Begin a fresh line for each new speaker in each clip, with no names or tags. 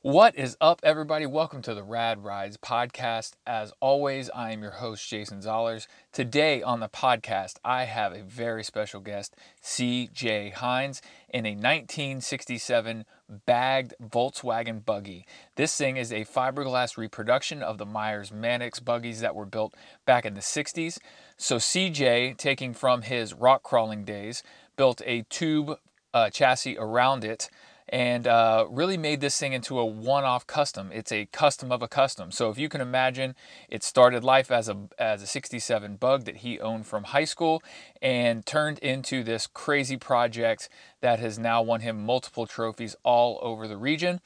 What is up, everybody? Welcome to the Rad Rides podcast. As always, I am your host, Jason Zollers. Today on the podcast, I have a very special guest, C.J. Hines, in a 1967 bagged Volkswagen buggy. This thing is a fiberglass reproduction of the Myers Mannix buggies that were built back in the 60s. So, CJ, taking from his rock crawling days, built a tube uh, chassis around it and uh, really made this thing into a one-off custom. It's a custom of a custom. So if you can imagine, it started life as a as a '67 Bug that he owned from high school, and turned into this crazy project that has now won him multiple trophies all over the region.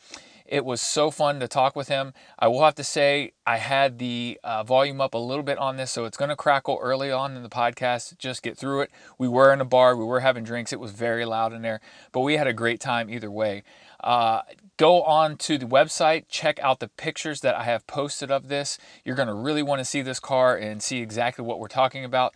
It was so fun to talk with him. I will have to say, I had the uh, volume up a little bit on this, so it's going to crackle early on in the podcast. Just get through it. We were in a bar, we were having drinks. It was very loud in there, but we had a great time either way. Uh, go on to the website, check out the pictures that I have posted of this. You're going to really want to see this car and see exactly what we're talking about.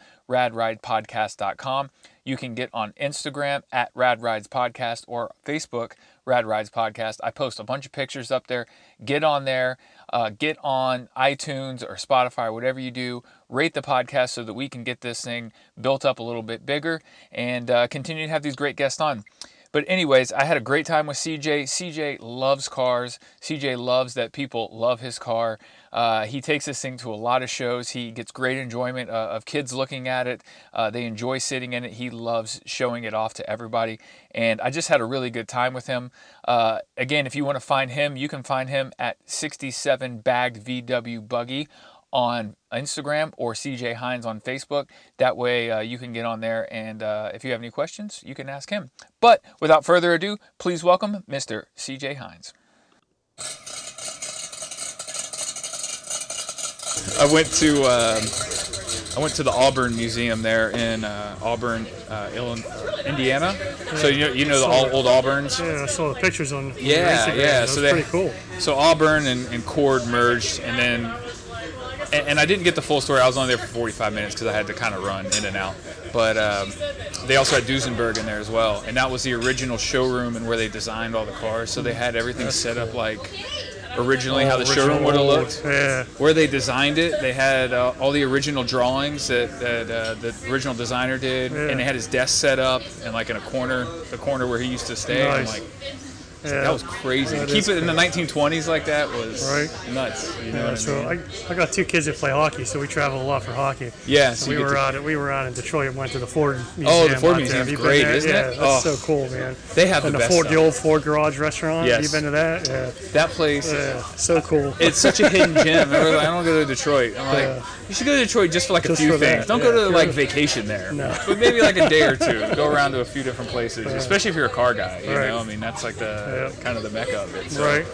RadRidePodcast.com. You can get on Instagram at Rad Rides Podcast or Facebook Rad Rides Podcast. I post a bunch of pictures up there. Get on there. Uh, get on iTunes or Spotify, whatever you do. Rate the podcast so that we can get this thing built up a little bit bigger and uh, continue to have these great guests on. But anyways, I had a great time with CJ. CJ loves cars. CJ loves that people love his car. Uh, he takes this thing to a lot of shows. He gets great enjoyment uh, of kids looking at it. Uh, they enjoy sitting in it. He loves showing it off to everybody. And I just had a really good time with him. Uh, again, if you want to find him, you can find him at 67 Bagged VW Buggy on Instagram or CJ Hines on Facebook. That way uh, you can get on there and uh, if you have any questions, you can ask him. But without further ado, please welcome Mr. CJ Hines. I went to um, I went to the Auburn Museum there in uh, Auburn, uh, Illinois, Indiana. So you know, you know the all, old Auburns.
Yeah, I saw the pictures on, on
Yeah,
Instagram.
yeah,
That's
so they-
pretty cool.
So Auburn and, and Cord merged, and then and, and I didn't get the full story. I was only there for 45 minutes because I had to kind of run in and out. But um, they also had Duesenberg in there as well, and that was the original showroom and where they designed all the cars. So they had everything set up like originally how the showroom would have
Oh, Original
looked.
Yeah,
Where they designed it, they had uh, all the original drawings that, that uh, the original designer did,
Yeah.
and they had his desk set up and like in a corner, the corner where he used to stay. I'm
Nice.
like,
yeah.
that was crazy.
That
to keep
is
it in the 1920s like that was
Right.
nuts. You know
Yeah,
what I
so
mean?
I, I got two kids that play hockey, so we travel a lot for hockey.
yeah.
So
So
we
you get
were
to-
out. at- We were out in Detroit and went to the Ford Museum.
Oh, the Ford
out there.
Museum's
Have you been
great,
there?
isn't it?
yeah, That's
Oh.
so cool, man.
they have the,
And the
best
Ford, the
stuff.
old Ford Garage restaurant. Have
Yes.
you been to that? Yeah,
That place.
yeah. So cool.
It's such a hidden gem. Everyone's like, I don't go to Detroit. I'm like, you should go to Detroit just for like a
Just
few
for that,
things. Don't
yeah.
go to like vacation there.
No.
But maybe like a day or two. Go around to a few different places, especially if you're a car guy. You
Right.
know, I mean, that's like the
Yeah.
kind of the mecca of it. So-
right.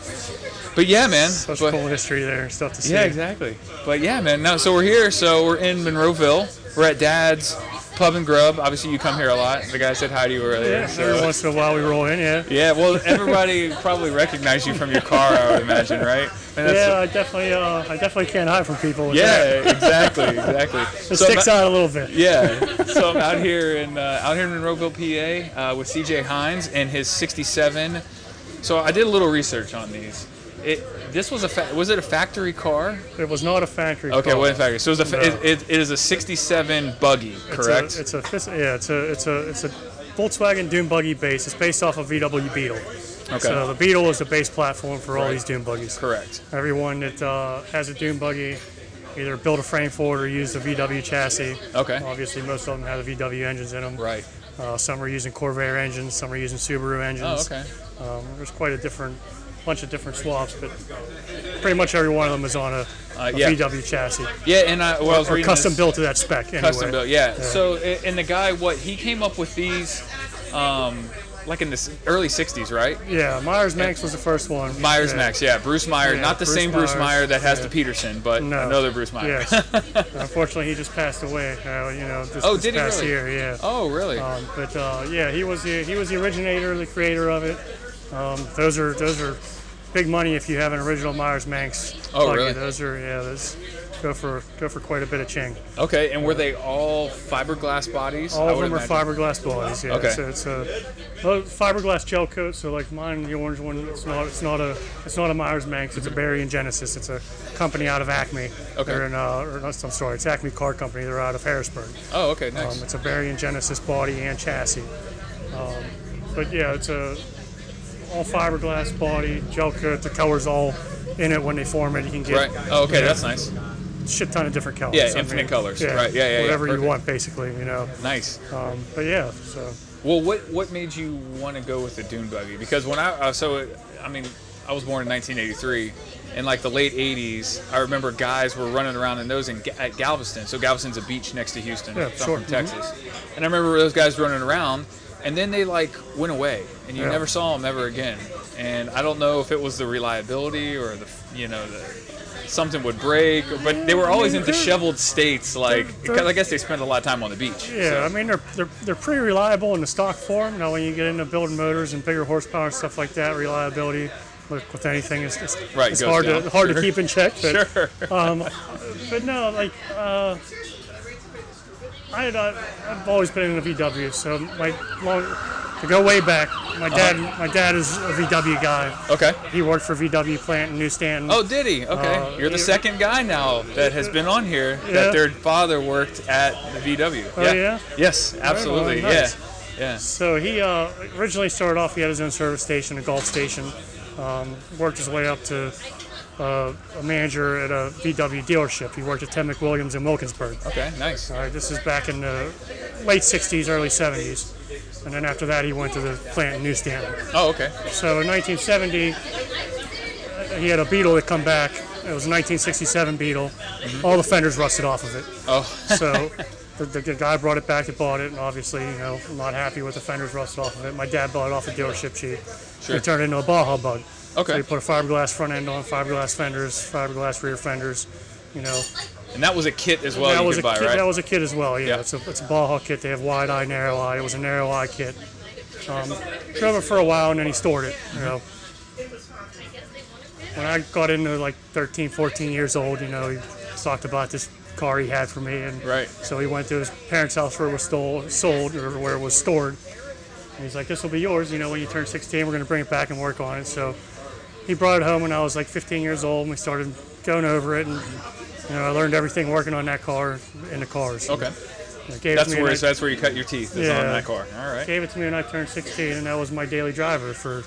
But yeah, man.
Such
but-
cool history there. and Stuff to see.
Yeah, exactly. But yeah, man. No, so we're here. So we're in Monroeville. We're at Dad's Pub and Grub. Obviously, you come here a lot. The guy said hi to you earlier.
Yeah,
so-
every once in a while we roll in. Yeah.
Yeah, well, everybody probably recognized you from your car, I would imagine, right? And that's-
Yeah, I definitely, uh, I definitely can't hide from people. With that.
yeah, exactly, exactly.
it
So I'm
sticks
out-
out a little bit.
Yeah, so I'm out here in uh, out here in Monroeville, PA, uh, with CJ Hines and his '67. So I did a little research on these. It this was a fa- was it a factory car?
It was not a factory.
Okay,
car.
it wasn't factory. So it was a fa-
No.
it, it, it is a '67 buggy,
It's a-
correct?
It's a, fis- yeah, it's a it's a it's a Volkswagen Dune buggy base. It's based off a VW Beetle.
okay,
So the Beetle is the base platform for all
Right.
these Dune buggies.
correct.
Everyone that uh, has a Dune buggy either built a frame for it or used a VW chassis.
Okay.
Obviously, most of them have the VW engines in them.
Right.
Uh, some are using Corvair engines. Some are using Subaru
Oh,
engines.
okay.
Um, there's quite a different bunch of different swaps, but pretty much every one of them is on a,
Uh,
a
yeah.
VW chassis
Yeah, and I, well, I was
or
reading
custom
this-
built to that spec. Anyway.
custom built. Yeah. So a- and the guy, what he came up with these, um, like in the s- early '60s, right?
Yeah, Myers Max was the first one.
Myers
yeah.
Max, yeah, Bruce Meyer,
Yeah,
not the
Bruce
same Bruce
Myers,
Meyer that has
yeah.
the Peterson, but
No.
another Bruce Meyer.
Yes. Unfortunately, he just passed away. Uh, you know, this,
Oh,
this
did he
past
really?
year. Yeah.
oh, really?
Um, but uh, yeah, he was the, he was the originator, the creator of it. Um, those are those are big money if you have an original Myers Max.
Oh, really?
Those are yeah. Those Go for go for quite a bit of ching.
Okay, and were they all fiberglass bodies?
All
I
of
would
them are
imagine.
fiberglass bodies. Yeah,
Okay.
so it's a well, fiberglass gel coat. So like mine, the orange one, it's not it's not a it's not a Myers Manx. It's a Barry and Genesis. It's a company out of Acme.
Mm-hmm. Okay.
They're in, uh, or not, I'm sorry, it's Acme Car Company. They're out of Harrisburg.
Oh, okay, nice.
Um, it's a Barry and Genesis body and chassis. Um, but yeah, it's a all fiberglass body, gel coat. The color's all in it when they form it. You can
right.
get
Oh, okay,
yeah,
that's nice.
shit ton of different colors.
Yeah,
I mean,
infinite colors. Right, yeah, yeah, yeah,
Whatever you
perfect.
want, basically, you know.
Nice.
Um, but yeah, so
Well, what what made you want to go with the dune buggy? Because when I uh, so I mean I was born in 1983, and like the late 80s, I remember guys were running around in those in Ga- at Galveston. So Galveston's a beach next to Houston.
Yeah,
so I'm
sure. Mm-hmm.
from Texas, and I remember those guys running around, and then they like went away, and you
Yeah.
never saw them ever again. And I don't know if it was the reliability or the you know the something would break, but they were always in
They're-
disheveled states. Like
they're-
because I guess they spent a lot of time on the beach.
yeah, I mean they're, they're they're pretty reliable in the stock form. Now when you get into building motors and bigger horsepower and stuff like that, reliability with, with anything is it's,
Right,
it's
goes
hard
down.
to hard
Sure.
to keep in check. But um,
sure.
But no, like uh, I had, uh, I've always been in a VW, so my long to go way back.
Uh-huh.
My dad, my dad is a VW guy.
okay.
He worked for VW plant in New Stanton.
Oh, did he? Okay.
Uh,
You're the
it-
second guy now that has been on here
Yeah.
that their father worked at the VW.
Oh, yeah?
Yes, absolutely.
well, nice.
Yeah. Yeah.
So he uh, originally started off. He had his own service station, a golf station. Um, worked his way up to uh, a manager at a VW dealership. He worked at Temec Williams in Wilkinsburg.
Okay, nice.
All right, this is back in the late '60s, early '70s, and then after that, he went to the plant in New Stanton.
Oh, okay.
So in 1970, uh, he had a Beetle that come back. It was a 1967 Beetle. All the fenders rusted off of it.
Oh,
So the, the, the guy brought it back, he bought it, and obviously, you know, I'm not happy with the fenders rusted off of it. My dad bought it off a dealership cheap.
Sure.
He turned it into a Baja Bug. So
okay.
he put a fiberglass front end on, fiberglass fenders, fiberglass rear fenders. You know,
And that was a kit as well
that
you
was
could
a
buy,
kit.
right?
That was a kit as well. Yeah,
Yeah.
it's a it's a Baja kit. They have wide eye, narrow eye. It was a narrow eye kit. Um, drove it for a while and then he stored it. You know, when I got into like 13, 14 years old, you know, he talked about this car he had for me, and
Right.
so he went to his parents' house where it was stole, sold or where it was stored. And he's like, "This will be yours. You know, when you turn 16, we're going to bring it back and work on it." So he brought it home when I was like 15 years old, and we started going over it, and you know, I learned everything working on that car in the cars.
okay.
They gave
That's
it to me
where
and I-
that's where you cut your teeth is on
Yeah.
that car. All right.
gave it to me when I turned 16, and that was my daily driver for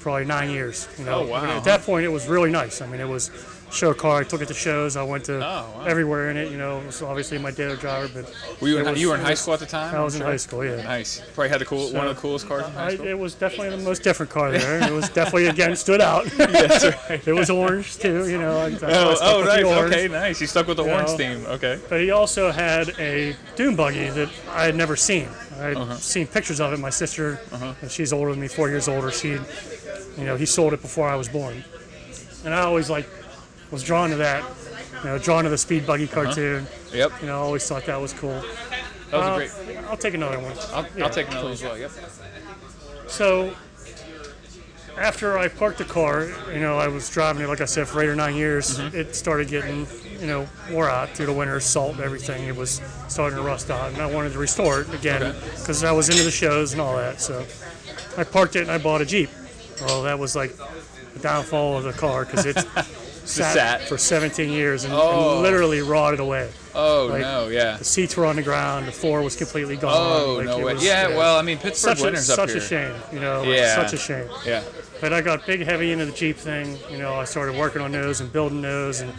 probably nine years. You know,
Oh, wow.
I mean, at that point, it was really nice. I mean, it was show car. I took it to shows. I went to
Oh, wow.
everywhere in it. You know, it was obviously my daily driver, but
Were you
it
in, hi-
was-
you were in
it
high
was-
school at the time?
I was in
Sure.
high school. Yeah.
Nice. Probably had the cool one of the coolest cars in high
I,
school.
it was definitely the most different car there. It was definitely again stood out. It was orange too, you know. I, I
Oh,
stuck
oh,
with the
nice.
orange.
Okay, nice. You stuck with the
You
orange
know.
theme. Okay.
But he also had a dune buggy that I had never seen. I had
Uh-huh.
seen pictures of it. My sister, and she's older than me, four years older. She, you know, he sold it before I was born, and I always like was drawn to that. You know, drawn to the speed buggy
Uh-huh.
cartoon.
Yep.
You know, I always thought that was cool.
That was a
Uh,
great.
I'll take another one.
I'll,
yeah,
I'll take another one as well. Yep.
So after I parked the car, you know, I was driving it, like I said, for eight or nine years.
Mm-hmm.
It started getting, you know, wore out through the winter, salt, and everything. It was starting to rust out, and I wanted to restore it again
Okay.
because I was into the shows and all that. So I parked it and I bought a Jeep. Well, that was like the downfall of the car because it sat,
sat.
for 17 years and, and
Oh.
literally rotted away.
Oh
Like,
no, yeah.
The seats were on the ground, the floor was completely gone.
Oh
like,
no
it
way.
was-
yeah, well, I mean Pittsburgh
Such a,
winters up
such
here.
a shame, you know, like,
Yeah.
such a shame.
Yeah.
But I got big, heavy into the Jeep thing. You know, I started working on those and building those, and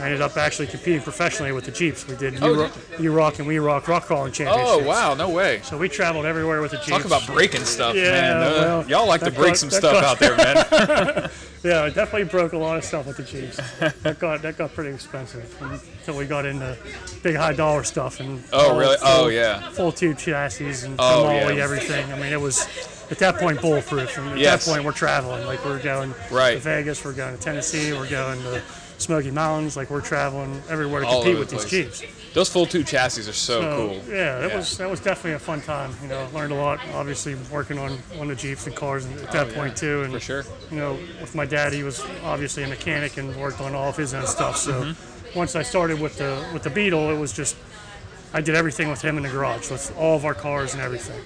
I ended up actually competing professionally with the Jeeps. We did
Oh,
you, rock, you rock and we rock rock crawling
Oh
championships.
wow, no way.
So we traveled everywhere with the Jeeps.
Talk about breaking stuff,
Yeah,
man. Uh,
well,
y'all like to
that
break
got-
some
that
stuff
got-
out there, man.
yeah, I definitely broke a lot of stuff with the Jeeps. that got that got pretty expensive until we got into big high dollar stuff and
Oh,
all
really?
full-
Oh, yeah.
full tube chassis and
Oh,
chromoly,
yeah.
everything. I mean, it was at that point bulletproof. And at
Yes.
that point, we're traveling like we're going
Right.
to Vegas, we're going to Tennessee, we're going to Smoky Mountains. Like we're traveling everywhere to
All
compete
over
with
the
these
place.
Jeeps.
Those full tube chassis are so, cool.
Yeah, that
Yeah.
was that was definitely a fun time. You know, learned a lot. Obviously, working on on the Jeeps and cars at that point too. And
Oh, for sure.
you know, with my dad, he was obviously a mechanic and worked on all of his own stuff. So
Mm-hmm.
once I started with the with the Beetle, it was just I did everything with him in the garage with all of our cars and everything.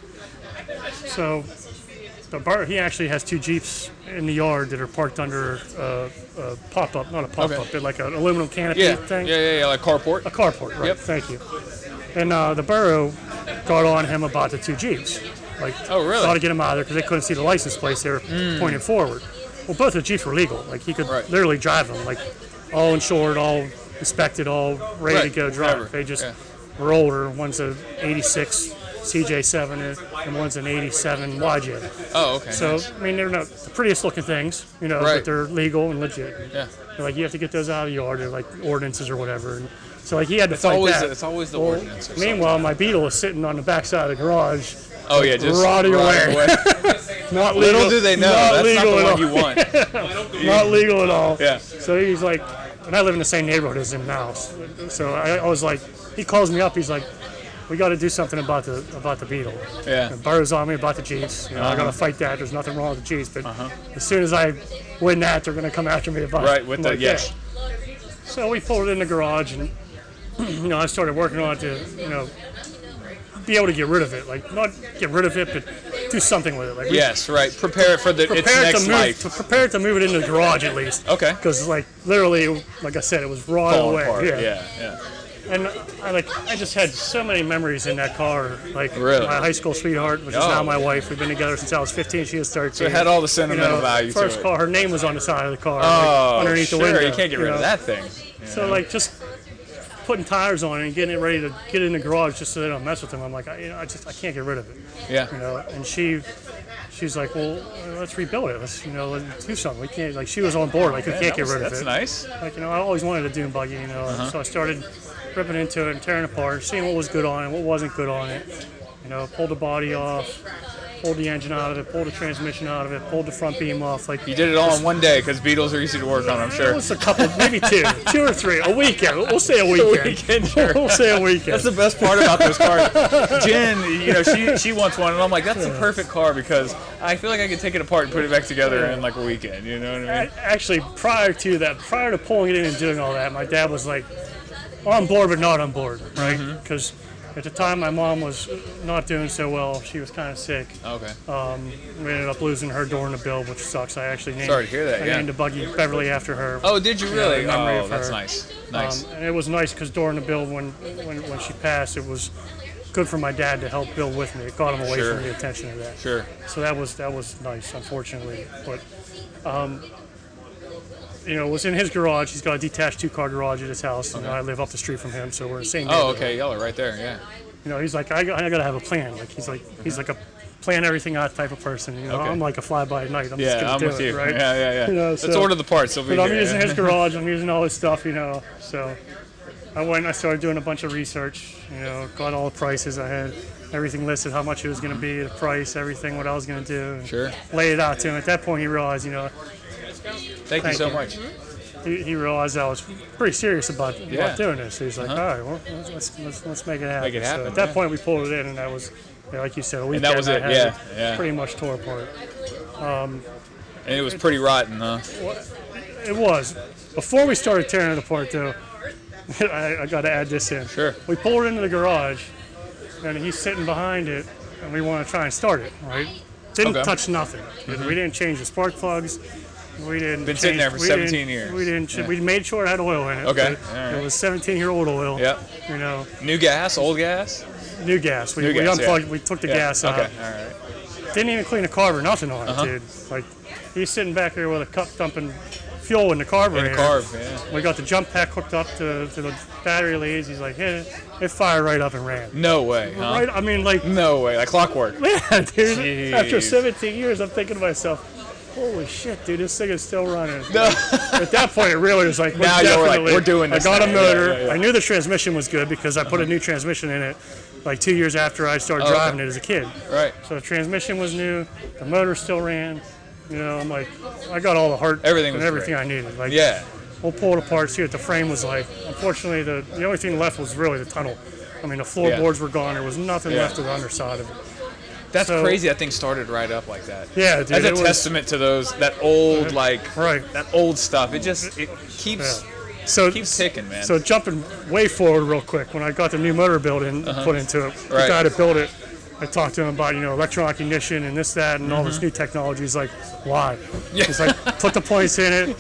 So the bar, he actually has two Jeeps in the yard that are parked under a, a pop up, not a pop up,
Okay.
but like an aluminum canopy
Yeah. yeah,
thing.
yeah, yeah, like carport.
A carport, right?
Yep.
Thank you. And uh, the borough got on him about the two Jeeps. Like,
Oh, really? Hmm.
Got to get him out of there because they couldn't see the license plates. They were pointed forward. Well, both the Jeeps were legal. Like, he could
Right.
literally drive them. Like, all insured, all inspected, all ready
Right,
to go drive.
whatever,
They just
yeah.
were older. One's a 86 CJ7 and one's an 87 YJ.
Oh, okay.
So,
nice.
I mean, they're not the prettiest looking things, you know,
Right.
but they're legal and legit.
yeah,
They're like you have to get those out of the yard, or like ordinances or whatever. And so like he had to fight
always
that.
the- it's always the ordinance or something.
Meanwhile, my Beetle is sitting on the backside of the garage,
oh yeah, just
Rotting away. not legal.
Little do they know,
not
that's not
legal
the
at
one
all.
you want.
Not legal at all.
Yeah.
So he's like, and I live in the same neighborhood as him now. So I, I was like, he calls me up. He's like, we got to do something about the about the Beetle.
Yeah, Uh-huh.
And Burrow's on me about the Jeeps. You know, I got to fight that. There's nothing wrong with the Jeeps, but as soon as I win that, they're gonna come after me about it.
right with
I'm
the
like,
yeah.
So we pulled it in the garage, and you know, I started working on it to, you know, be able to get rid of it. Like not get rid of it, but do something with it. Like we
Yes, right. Prepare it for the its
prepared to
next
move,
life.
to prepare to move it into the garage at least.
Okay.
Because like literally, like I said, it was raw
Falling
away.
apart. Yeah, yeah.
And I like I just had so many memories in that car. Like
Really?
my high school sweetheart, which is
Oh.
now my wife. We've been together since I was 15. She was 13.
So it had all the sentimental
you know,
value to
First
it.
car, her name was on the side of the car,
Oh,
like, underneath
sure.
the window.
you can't get rid of
know?
that thing.
So like just putting tires on it and getting it ready to get in the garage just so they don't mess with them. I'm like, I, you know, I just I can't get rid of it, you
Yeah.
know. And she, she's like, well, let's rebuild it. Let's you know, let's do something. We can't like she was on board. Like we
Man,
can't
that
get
was-
rid of
that's
it.
nice. Uh-huh.
Like you know, I always wanted a dune buggy, you know. So I started ripping into it and tearing it apart, seeing what was good on it, what wasn't good on it. You know, pulled the body off, pulled the engine out of it, pulled the transmission out of it, pulled the front beam off. Like
You did it all in one day because Beatles are easy to work on. I'm
it
sure.
was a couple, maybe two, two or three, a weekend. We'll say a weekend.
weekend, sure.
we'll say a weekend.
That's the best part about this car. Jen, you know, she she wants one, and I'm like, that's the perfect car because I feel like I could take it apart and put it back together in like a weekend. You know what I mean?
A- Actually, prior to that, prior to pulling it in and doing all that, my dad was like on board but not on board, right?
Mm-hmm.
Because at the time, my mom was not doing so well. She was kind of sick. Um,
Okay.
Oh. We ended up losing her during the build, which sucks. I actually named,
Sorry to hear that,
I
yeah.
named a buggy Beverly after her.
oh, did you really?
in memory
oh,
of
that's
her.
nice. Nice.
Um, and it was nice because during the build, when, when when she passed, it was good for my dad to help build with me. It got him away
Sure.
from the attention of that.
sure.
So that was that was nice, unfortunately. But um, you know, it was in his garage. He's got a detached two car garage at his house, and I live up the street from him, so we're the same.
Oh,
neighborhood.
okay. Y'all are right there. Yeah.
You know, he's like, I, got- I gotta have a plan. Like he's like he's like a plan everything out type of person. You know,
Mm-hmm. Okay.
I'm like a fly by night. I'm just
Yeah,
gonna
I'm
do
with
it,
you.
right?
Yeah, yeah, yeah.
You know,
Let's
so-
order the parts. They'll be
But I'm
here,
using
yeah.
his garage. I'm using all his stuff, you know. So I went. I started doing a bunch of research. You know, got all the prices. I had everything listed, how much it was going to be, the price, everything, what I was going to do. and
Sure.
Laid it out to him. At that point, he realized, you know,
Thank you
Thank
so
you.
much.
he, he realized I was pretty serious about, about
Yeah. Uh-huh.
doing this. He's like, all right, well, let's, let's, let's, let's make it happen.
Make it happen,
so at that
yeah.
point, we pulled it in, and that was, you know, like you said, a weekend.
that was
I
it,
had
yeah, yeah.
Pretty much tore apart.
And it was pretty rotten, huh?
It was. Before we started tearing it apart, though, I, I got to add this in.
Sure.
We pulled into the garage, and he's sitting behind it, and we want to try and start it, right? Didn't
Okay. Mm-hmm.
touch nothing. We didn't change the spark plugs. We didn't.
Been sitting there
change-
for
we didn't-
17 years.
We didn't. ch-
Yeah.
We made sure it had oil in it.
Okay.
but
All right.
It was 17-year-old oil.
Yep.
You know,
New gas, old gas.
new gas. We,
New
we
gas, yeah.
unplugged. We took the
Yeah,
gas uh, out.
Okay. Uh-huh. All right.
Didn't even clean the carb or nothing on it, dude. Like, he's sitting back there with a cup dumping fuel in the carburetor.
And a carb. Yeah.
We got the jump pack hooked up to, to the battery leads. He's like, hey, it fired right up and ran.
No way, huh?
Right? I mean, like,
No way, like clockwork.
yeah, dude.
Jeez.
After 17 years, I'm thinking to myself, holy shit, dude, this thing is still running.
No.
At that point, it really was like, we're
Now you're like,
definitely-
we're doing this
I got a
thing.
motor.
Yeah, yeah, yeah.
I knew the transmission was good because I put a new transmission in it like two years after I started
Oh, okay.
driving it as a kid.
right.
So the transmission was new, the motor still ran. You know, I'm like, I got all the heart
Everything
and
was
everything
great.
I needed. Like,
Yeah.
We'll pull it apart, see what the frame was like. Unfortunately, the, the only thing left was really the tunnel. I mean, the floorboards were gone. There was nothing
Yeah.
left of the underside of it.
That's
So-
crazy. That thing started right up like that.
Yeah, dude,
That's a
it was-
testament to those that old like
Right.
that old stuff. It just it keeps
So
keeps ticking, man.
So jumping way forward real quick, when I got the new motor built in put into it,
Uh-huh. Right.
the guy that built it, I talked to him about you know electronic ignition and this that and all this
Mm-hmm.
new technology. He's like, why?
Yeah.
He's like, put the points in it,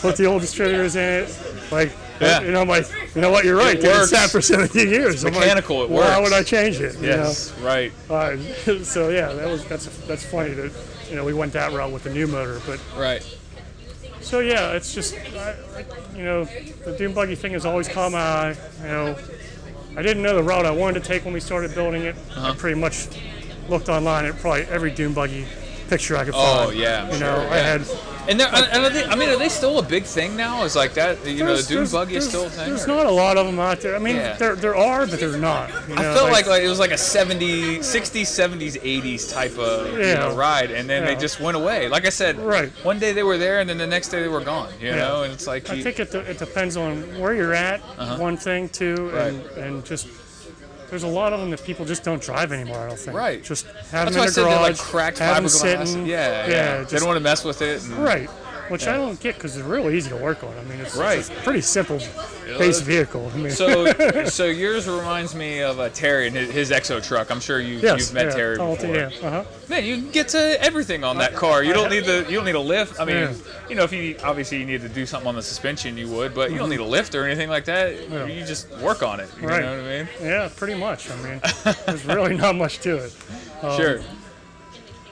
put the old distributors in it, like.
Yeah.
And I'm like, you know what? You're right.
It
dude,
works.
It's sat for 70 years. I'm like,
mechanical, it
Why
works."
would I change it? You know?
yes, right.
Uh, so yeah, that was that's that's funny that you know we went that route with the new motor, but
Right.
so yeah, it's just I, I, you know the dune buggy thing has always caught my eye. You know, I didn't know the route I wanted to take when we started building it.
Uh-huh.
I pretty much looked online at probably every dune buggy picture I could
Oh
find.
yeah. I'm
you know
sure,
I
yeah.
had.
And they're, and are they, I mean, are they still a big thing now? Is like that, you know, the
there's-
Dune
there's-
buggy is
there's-
still a thing?
There's
or-
not a lot of them out there. I mean,
Yeah.
there there are, but there's not. You
I
know,
felt like, like it was like a 70s, 60s, 70s, 80s type of you
Yeah.
know, ride, and then they
Yeah.
just went away. Like I said,
Right.
one day they were there, and then the next day they were gone. You know, and it's like
I
you-
think it, de- it depends on where you're at,
Uh-huh.
one thing, too, and, and just there's a lot of them that people just don't drive anymore, I don't think.
Right.
Just
that's
have
why
them
I
in the
said they're like
garage,
cracked
have them
fiberglass.
sitting.
yeah, yeah. they
just-
don't want to mess with it. and-
right. Which I don't get because they're real easy to work on. I mean, it's,
Right.
it's a pretty simple base vehicle. I mean,
So, so yours reminds me of uh, Terry and his, his exo truck. I'm sure you,
yes,
you've met
yeah,
Terry
all
before.
the- yeah, uh-huh.
Man, you can get to everything on that car. You don't need the you don't need a lift. I mean,
Yeah.
you know, if you obviously you need to do something on the suspension, you would, but you don't need a lift or anything like that.
Yeah.
You just work on it. You
Right.
know what I mean?
yeah, pretty much. I mean, there's really not much to it.
sure.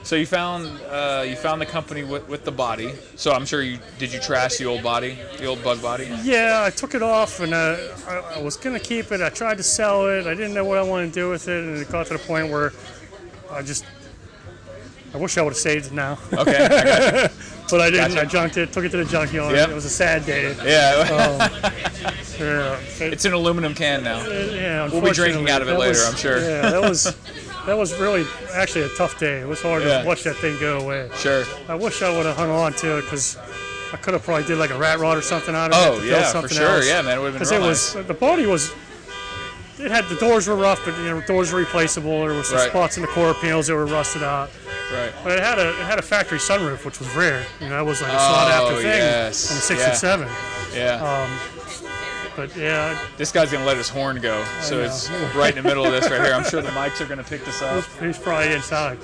So you found uh, you found the company with, with the body. So I'm sure you did you trash the old body, the old bug body?
Yeah, I took it off and uh, I, I was going to keep it. I tried to sell it. I didn't know what I wanted to do with it. And it got to the point where I just, I wish I would have saved it now.
Okay. I got
but I didn't.
Oh, Gotcha.
I junked it, took it to the junkyard.
Yep.
It was a sad day.
you. Yeah.
Yeah. It-
it's an aluminum can now.
yeah,
We'll be drinking
unfortunately,
out of it
that
later,
was-
I'm sure.
Yeah, that was that was really actually a tough day. It was hard
Yeah.
to watch that thing go away.
Sure.
I wish I would have hung on to it because I could have probably did like a rat rod or something out of it.
Oh,
to build
yeah, for
something
sure.
else.
Yeah, man, it would've been
'Cause
real
was the body was. It had the doors were rough, but you know doors were replaceable. There were some
Right.
spots in the core panels that were rusted out.
Right.
But it had a it had a factory sunroof, which was rare. You know, it was like a sought after
Oh,
thing
yes.
in the six
Yeah.
and seven.
Yeah.
But yeah,
this guy's gonna let his horn go. So it's right in the middle of this right here. I'm sure the mics are gonna pick this up.
he's probably inside.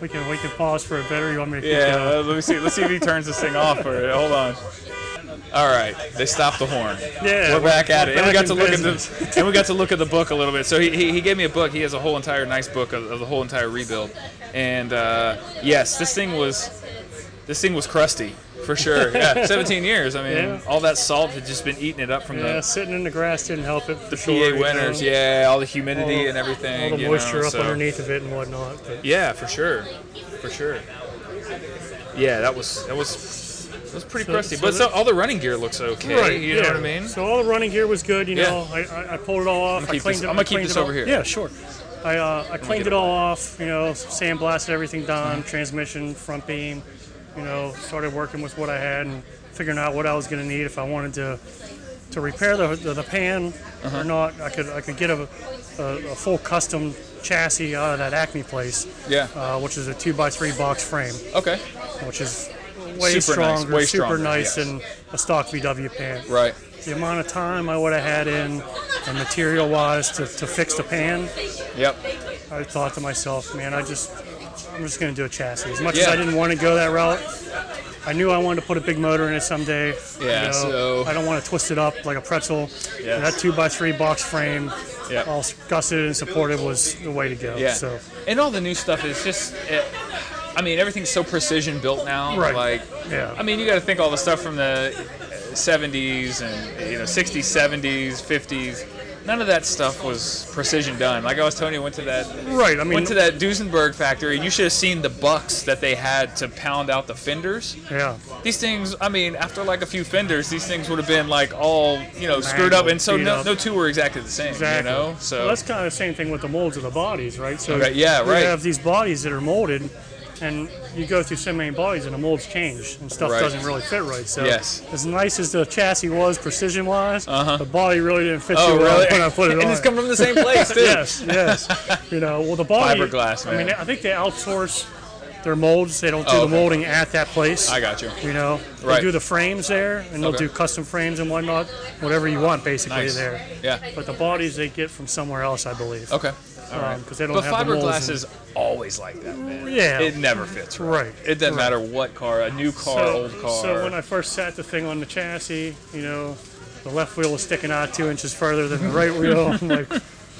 We can we can pause for a bit, or you want me to? keep
Yeah,
going?
uh, let me see. Let's see if he turns this thing off. Or hold on. All right, they stopped the horn.
yeah.
We're back at it, and we
back
got
in
to look at
business.
the and we got to look at the book a little bit. So he, he, he gave me a book. He has a whole entire nice book of, of the whole entire rebuild. And uh, yes, this thing was this thing was crusty for sure. Yeah, 17 years. I mean,
Yeah.
all that salt had just been eating it up from
Yeah, sitting in the grass didn't help it.
the, the PA winters. Yeah, all the humidity and everything.
all the
you
moisture
know,
up
so-
underneath of it and whatnot. But
Yeah, for sure, for sure. Yeah, that was that was that was pretty
So-
crusty.
so
but so
that-
all the running gear looks okay. you know
yeah.
what I mean?
So all the running gear was good. You
Yeah.
know, I, I, I pulled it all off.
I'm
i
gonna keep
cleaned
this-
it.
I'm
I
gonna keep
cleaned
this
it
over
all-
here.
Yeah, sure. I uh, I cleaned
get Mm-hmm.
it all off. You know, sandblasted everything down, transmission, front beam. You know, started working with what I had and figuring out what I was going to need if I wanted to to repair the the, the pan
Uh-huh.
or not. I could I could get a, a a full custom chassis out of that Acme place,
Yeah.
uh, which is a two by three box frame
okay.
which is
Super
way
nice,
stronger,
way
super
stronger,
nice,
yes.
and a stock VW pan.
Right.
The amount of time I would have had in, and material-wise, to, to fix the pan,
Yep.
I thought to myself, man, I just, I'm just going to do a chassis. As much as
Yeah.
I didn't want to go that route, I knew I wanted to put a big motor in it someday. you
Yeah,
know.
so-
I don't want to twist it up like a pretzel.
Yes.
That two by three box frame,
Yeah.
all gusseted and supported, was the way to go.
Yeah.
So
And all the new stuff is just. It, I mean, everything's so precision built now.
Right.
Like,
Yeah.
I mean, you got to think all the stuff from the uh, 70s and you know 60s, 70s, 50s. None of that stuff was precision done. Like I was telling you, I went to that
right, I mean,
went to that Duesenberg factory. You should have seen the bucks that they had to pound out the fenders.
yeah,
These things, I mean, after like a few fenders, these things would have been like all you know screwed up, and so
Mangled, beat
no, no
up.
two were exactly the same.
Exactly.
You know, so
Well, that's kind of the same thing with the molds of the bodies, right? So
Okay, yeah, right.
We have these bodies that are molded, and you go through so many bodies and the molds change and stuff
Right.
doesn't really fit right. So
Yes.
as nice as the chassis was precision wise,
Uh-huh.
the body really didn't fit
Oh,
you well
really?
when I put it
and
on.
it's coming from the same place too.
yes, yes. You know, well the body
Fiberglass,
I mean,
man.
I think they outsource their molds. They don't do
Oh,
the
okay.
molding at that place.
I got you.
You know, they
Right.
do the frames there, and they'll
Okay.
do custom frames and whatnot, whatever you want basically
Nice.
there.
Yeah.
But the bodies they get from somewhere else, I believe.
Okay. All right.
Because they don't
But
have the molds
fiberglass
and-
is always like that, man.
Yeah.
It never fits right.
right.
It doesn't matter what car, a new car, old car.
So when I first sat the thing on the chassis, you know, the left wheel was sticking out two inches further than the right wheel. I'm like,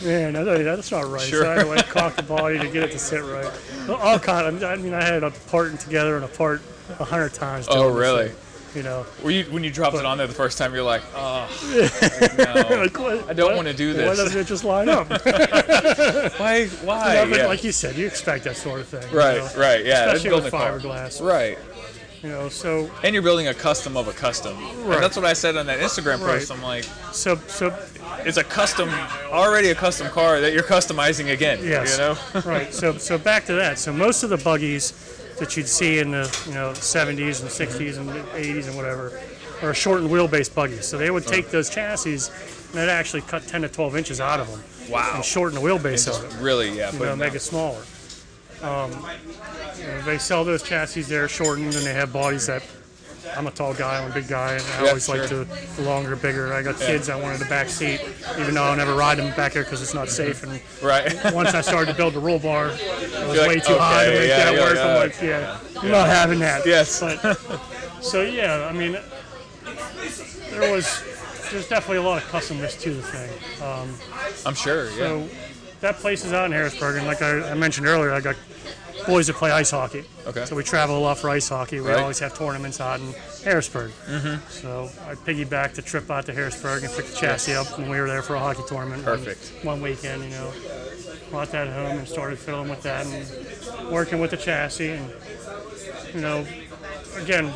man, that- that's not right.
Sure.
So I had to like cock the body to get it to sit right. Well, All kind. I mean, I had a part and together and a part a hundred times.
oh
doing the
really?
thing, You know,
Were you when you dropped it on there the first time? You're like, oh no,
like, what-
Oh, I don't
what-
want to do
Why
this.
doesn't it just line up?
Why? Why?
But
Yeah.
Like you said, you expect that sort of thing. you
right.
know,
Right. Yeah. that's
Especially with
car.
fiberglass.
Right.
You know, so
And you're building a custom of a custom. And
Right.
that's what I said on that Instagram post.
Right.
I'm like,
so so
it's a custom, already a custom car that you're customizing again.
Yes.
You know?
right. So so back to that. So most of the buggies that you'd see in the you know 70s and 60s and 80s and whatever are shortened wheelbase buggies. So they would take those chassis and they'd actually cut 10 to 12 inches out of them.
Wow.
And shorten the wheelbase
Just
of it.
really, yeah.
You
put
know,
it
make
down.
it smaller. Um, you know, they sell those chassis. They're shortened and they have bodies that. I'm a tall guy. I'm a big guy, and I
Yeah,
always like
sure.
the longer, bigger. I got kids. I wanted the back seat, even though I'll never ride them back there because it's not safe and
Right.
once I started to build the roll bar, it was
You're
way
like,
too high to
okay,
make
yeah,
that
yeah,
work.
yeah.
I'm like, yeah, I'm not having that.
Yes.
But, so yeah, I mean, there was there's definitely a lot of customness to the thing. Um,
I'm sure. Yeah.
so that place is out in Harrisburg, and like I, I mentioned earlier, I got boys that play ice hockey.
Okay.
So we travel a lot for ice hockey. We
Right.
always have tournaments out in Harrisburg. Mm-hmm. So I piggybacked the trip out to Harrisburg and picked the chassis up when we were there for a hockey tournament. one-
Perfect.
One, weekend, you know, brought that home and started fiddling with that and working with the chassis and you know. Again,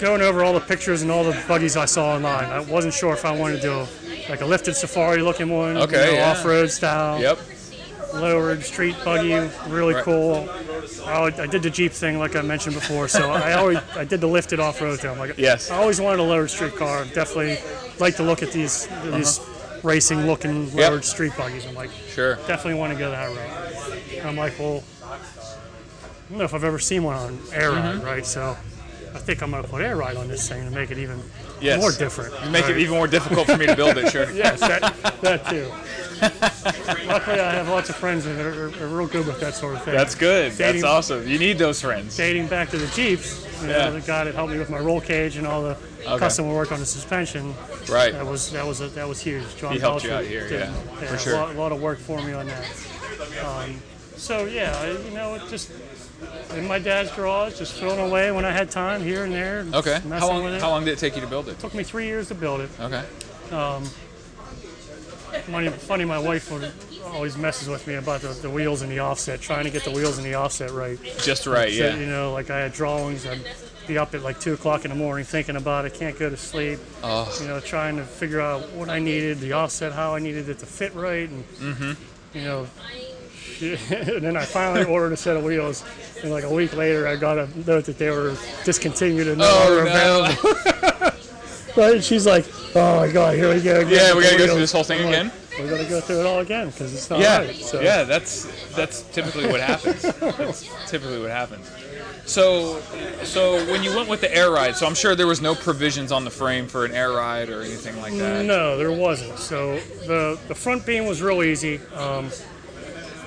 going over all the pictures and all the buggies I saw online, I wasn't sure if I wanted to do like a lifted safari looking one,
Okay,
you know,
yeah.
off-road style,
yep.
lowered street buggy, really
Right.
cool. I, I did the Jeep thing like I mentioned before, so I always I did the lifted off road thing. I'm like,
Yes.
I always wanted a lowered street car. Definitely like to look at these these racing looking
Uh-huh. Yep.
lowered street buggies. I'm like,
Sure.
definitely want to go that route. And I'm like, well, I don't know if I've ever seen one on air ride,
Mm-hmm.
right? So. I think I'm going to put air ride on this thing to make it even
Yes.
more different.
You make
right?
it even more difficult for me to build it. Sure.
Yes, that, that too. Luckily, I have lots of friends that are, are real good with that sort of thing.
That's good. That's
Dating-
awesome. You need those friends.
Dating back to the Jeeps, you know,
Yeah.
the guy that helped me with my roll cage and all the
Okay.
custom work on the suspension,
Right.
that was that was a, that was huge. John
He helped you
Belcher
out here,
did,
yeah, for
a
sure.
lot- A lot, of work for me on that. Um, so yeah, I- you know, it just in my dad's garage, just throwing away when I had time here and there.
Okay.
messing
How long?
with it.
How long did it take you to build it?
Took me three years to build it.
Okay.
Funny, funny, my wife would always messes with me about the, the wheels and the offset, trying to get the wheels and the offset right.
Just right.
So,
Yeah.
you know, like I had drawings, I'd be up at like 2 o'clock in the morning thinking about it, can't go to sleep,
Oh.
you know, trying to figure out what I needed, the offset, how I needed it to fit right, and,
Mm-hmm.
you know, and then I finally ordered a set of wheels, and like a week later I got a note that they were discontinued and no longer
Oh
available.
no.
Right? And she's like, oh my god, here we go again.
Yeah, we
with the
gotta go through
wheels."
this whole thing
I'm
again.
like, we're gonna go through it all again because it's not
Yeah,
right. So
yeah, that's that's typically what happens. that's typically what happens. So, so when you went with the air ride, so I'm sure there was no provisions on the frame for an air ride or anything like that.
No, there wasn't. So the the front beam was real easy. Um,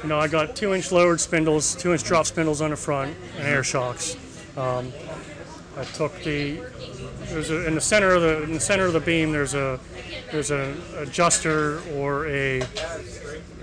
you know, I got two inch lowered spindles, two inch drop spindles on the front, and
Mm-hmm.
air shocks. Um, I took the there's a, in the center of the in the center of the beam there's a there's an adjuster or a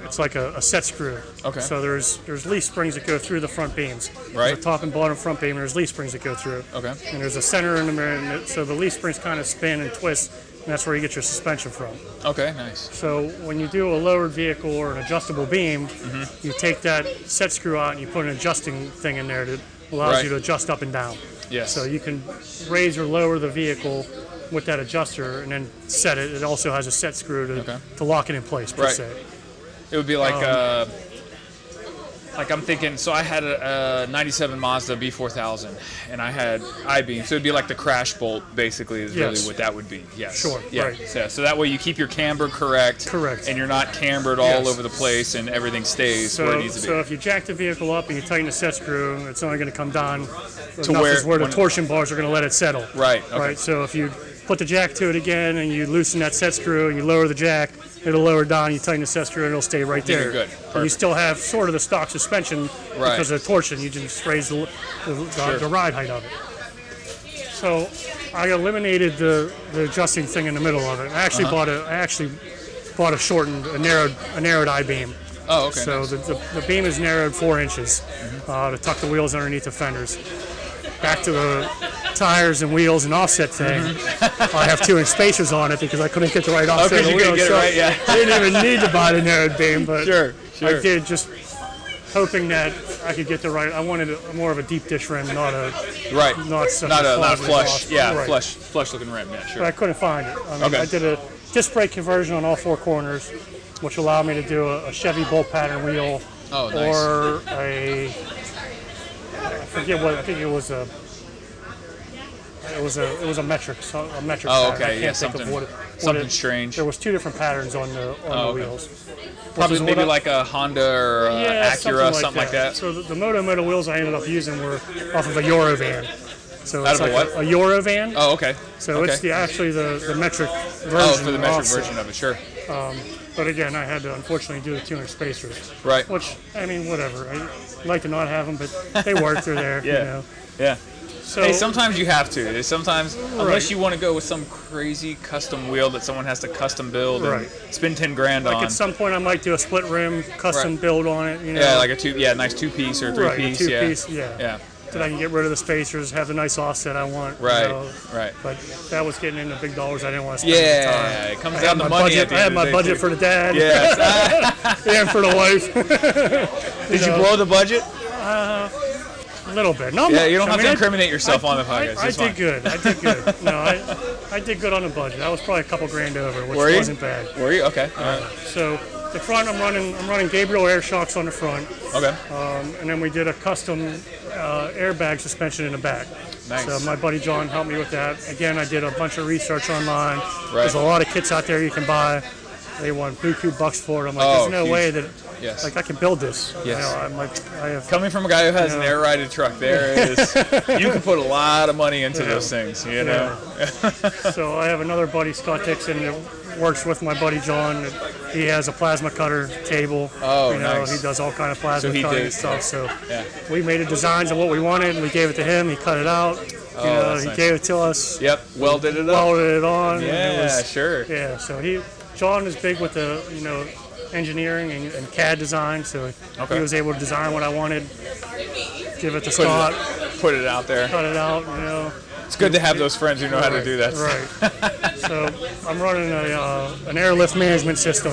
it's like a, a set screw.
Okay.
So there's there's leaf springs that go through the front beams.
Right.
There's a top and bottom front beam. And there's leaf springs that go through.
Okay.
And there's a center in the mirror, and it, so the leaf springs kind of spin and twist, and that's where you get your suspension from.
Okay, nice.
So when you do a lowered vehicle or an adjustable beam,
Mm-hmm.
you take that set screw out and you put an adjusting thing in there that allows
Right.
you to adjust up and down.
Yes.
So you can raise or lower the vehicle with that adjuster and then set it. It also has a set screw to,
Okay.
to lock it in place per
Right.
se.
it would be like uh, like I'm thinking, so I had a, a 97 Mazda B4000 and I had I-beam. So it'd be like the crash bolt basically is
Yes.
really what that would be. Yes.
Sure,
Yeah.
right.
So, so that way you keep your camber correct.
Correct.
And you're not cambered all
Yes.
over the place and everything stays where it
So,
needs to be.
so if you jack the vehicle up and you tighten the set screw, it's only going to come down to
where-
where the
when it-
torsion bars are going to let it settle.
Right, okay.
Right. So if you put the jack to it again and you loosen that set screw and you lower the jack, it'll lower down. You tighten the set screw and it'll stay right
You're
there.
good.
And you
Perfect.
still have sort of the stock suspension
Right.
because of the torsion. You just raise the, the, the-
Sure.
the ride height of it. So I eliminated the, the adjusting thing in the middle of it. I actually
Uh-huh.
bought a I actually bought a shortened a narrowed a narrowed I beam.
oh, okay.
So the, the, the beam is narrowed four inches
Mm-hmm.
uh, to tuck the wheels underneath the fenders. Back to the tires and wheels and offset thing. I have two inch spacers on it because I couldn't get the right offset. of the
Mm-hmm. you couldn't
wheels,
get it
so
right, yeah.
I didn't even need to buy the narrowed beam, but
Sure, sure.
I did just hoping that I could get the right. I wanted a, more of a deep dish rim, not a
right.
not something
not a not a
flat with
flush.
off-
Yeah,
right.
flush flush looking rim. Yeah, sure.
but I couldn't find it. I mean,
Okay.
I did a disc brake conversion on all four corners, which allowed me to do a, a Chevy bolt pattern wheel
Oh, nice.
or a I forget what I think it was a it was a it was a metric so a metric.
Oh,
pattern. I
okay,
can't
yeah,
think
something-
of what it, what
something
it-
strange.
There was two different patterns on the on
Oh,
the
okay.
wheels.
Probably
is what
maybe
I-
like a Honda or a
yeah,
Acura, something like that.
So the, the moto moto wheels I ended up using were off of a Eurovan. So
Out
it's
of a
like
what?
A, Eurovan.
Oh, okay.
So
okay.
it's the actually the, the metric version.
oh for the
of
metric
offset.
version of it. Sure.
But again, I had to unfortunately do the 200 spacers.
Right.
Which I mean, whatever. I like to not have them, but they work. They're there.
Yeah.
You know?
Yeah.
So
Hey, sometimes you have to. There's Sometimes,
Right.
unless you want to go with some crazy custom wheel that someone has to custom build
Right.
and spend ten grand
like
on.
at some point, I might do a split rim custom
Right.
build on it. You know,
yeah, like a two, yeah, nice two piece or three
Right, a
piece,
two-piece, yeah.
yeah,
that I can get rid of the spacers, have the nice offset I want. you
right,
know.
right.
But that was getting into big dollars. I didn't want to spend
Yeah,
the time.
it comes
I
down
had
to
my
money
budget.
at the
I had
end of
my
the day,
budget
too.
for the dad
Yeah.
and for the wife.
Did you
know.
blow the budget?
a little bit. No,
Yeah, you don't have
I
to
mean, I-
incriminate yourself on the
I,
podcast.
I
It's
did
fine.
good. I did good. No, I, I did good on the budget. I was probably a couple grand over, which
Were you?
wasn't bad.
Were you okay? All right.
So the front, I'm running, I'm running Gabriel air shocks on the front,
Okay.
um, and then we did a custom uh, airbag suspension in the back.
Nice.
So my buddy John helped me with that. Again, I did a bunch of research online.
Right.
There's a lot of kits out there you can buy. They want buku bucks for it. I'm like,
Oh,
there's no
huge.
way that
Yes.
like I can build this. You
Yes.
know, I'm like, I have
Coming from a guy who has an
Yeah.
air ride truck, there it is. you can put a lot of money into
Yeah.
those things, you know.
So I have another buddy, Scott Dixon, that works with my buddy John. He has a plasma cutter table.
Oh,
you know,
nice.
He does all kind of plasma
So he
cutting
did-
and stuff. So
Yeah.
we made the designs of what we wanted, and we gave it to him. He cut it out.
Oh,
you know,
that's
he
nice.
gave it to us,
Yep. Welded it up.
welded it on. and it
yeah.
was-
sure.
yeah. So he, John is big with the you know engineering and, and CAD design. So
Okay.
he was able to design what I wanted, give it to
Put
Scott,
it, put it out there.
cut it out. You know.
It's good to have those friends who know how to do that.
Right. so I'm running a, uh, an airlift management system,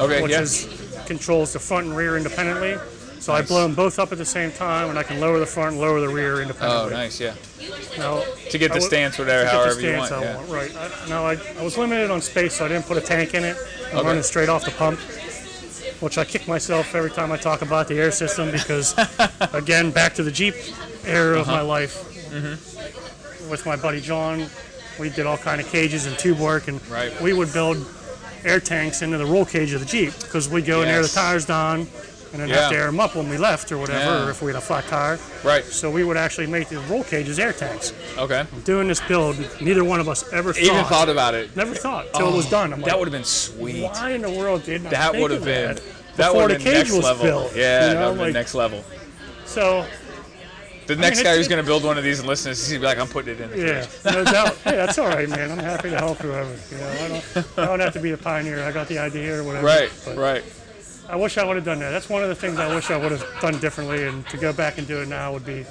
Okay,
which
yeah.
is, controls the front and rear independently. So I blow them both up at the same time, and I can lower the front and lower the rear
Oh,
independently.
nice. Yeah.
Now,
To get
I
the
would-
stance, whatever,
to get the
however you
stance
want.
I
Yeah.
want, Right. I, now, I, I was limited on space, so I didn't put a tank in it. I'm
Okay.
running straight off the pump, which I kick myself every time I talk about the air system because, again, back to the Jeep era of my
Uh-huh.
life.
Mm-hmm.
With my buddy John, we did all kind of cages and tube work, and
Right.
we would build air tanks into the roll cage of the Jeep because we'd go and air the
Yes.
tires down and then
Yeah.
have to air them up when we left or whatever,
Yeah.
or if we had a flat tire.
Right.
So we would actually make the roll cages air tanks
Okay.
doing this build, neither one of us ever thought,
Even thought about it.
never thought till it was done. I'm
That
like,
would have been sweet.
why in the world didn't I
That
think
would have
of
been.
that
That
before
would
the
have been next
cage was
level.
built?
yeah,
you
that
know,
would have
like,
been next level.
So
The next
it's-
guy who's
it-
going to build one of these and listen to this, he'd be like, "I'm putting it in." The cage."
yeah, no doubt. Hey, that's all right, man. I'm happy to help whoever. You know, I don't, I don't have to be a pioneer. I got the idea or whatever.
Right.
But
Right.
I wish I would have done that. That's one of the things I wish I would have done differently, and to go back and do it now would be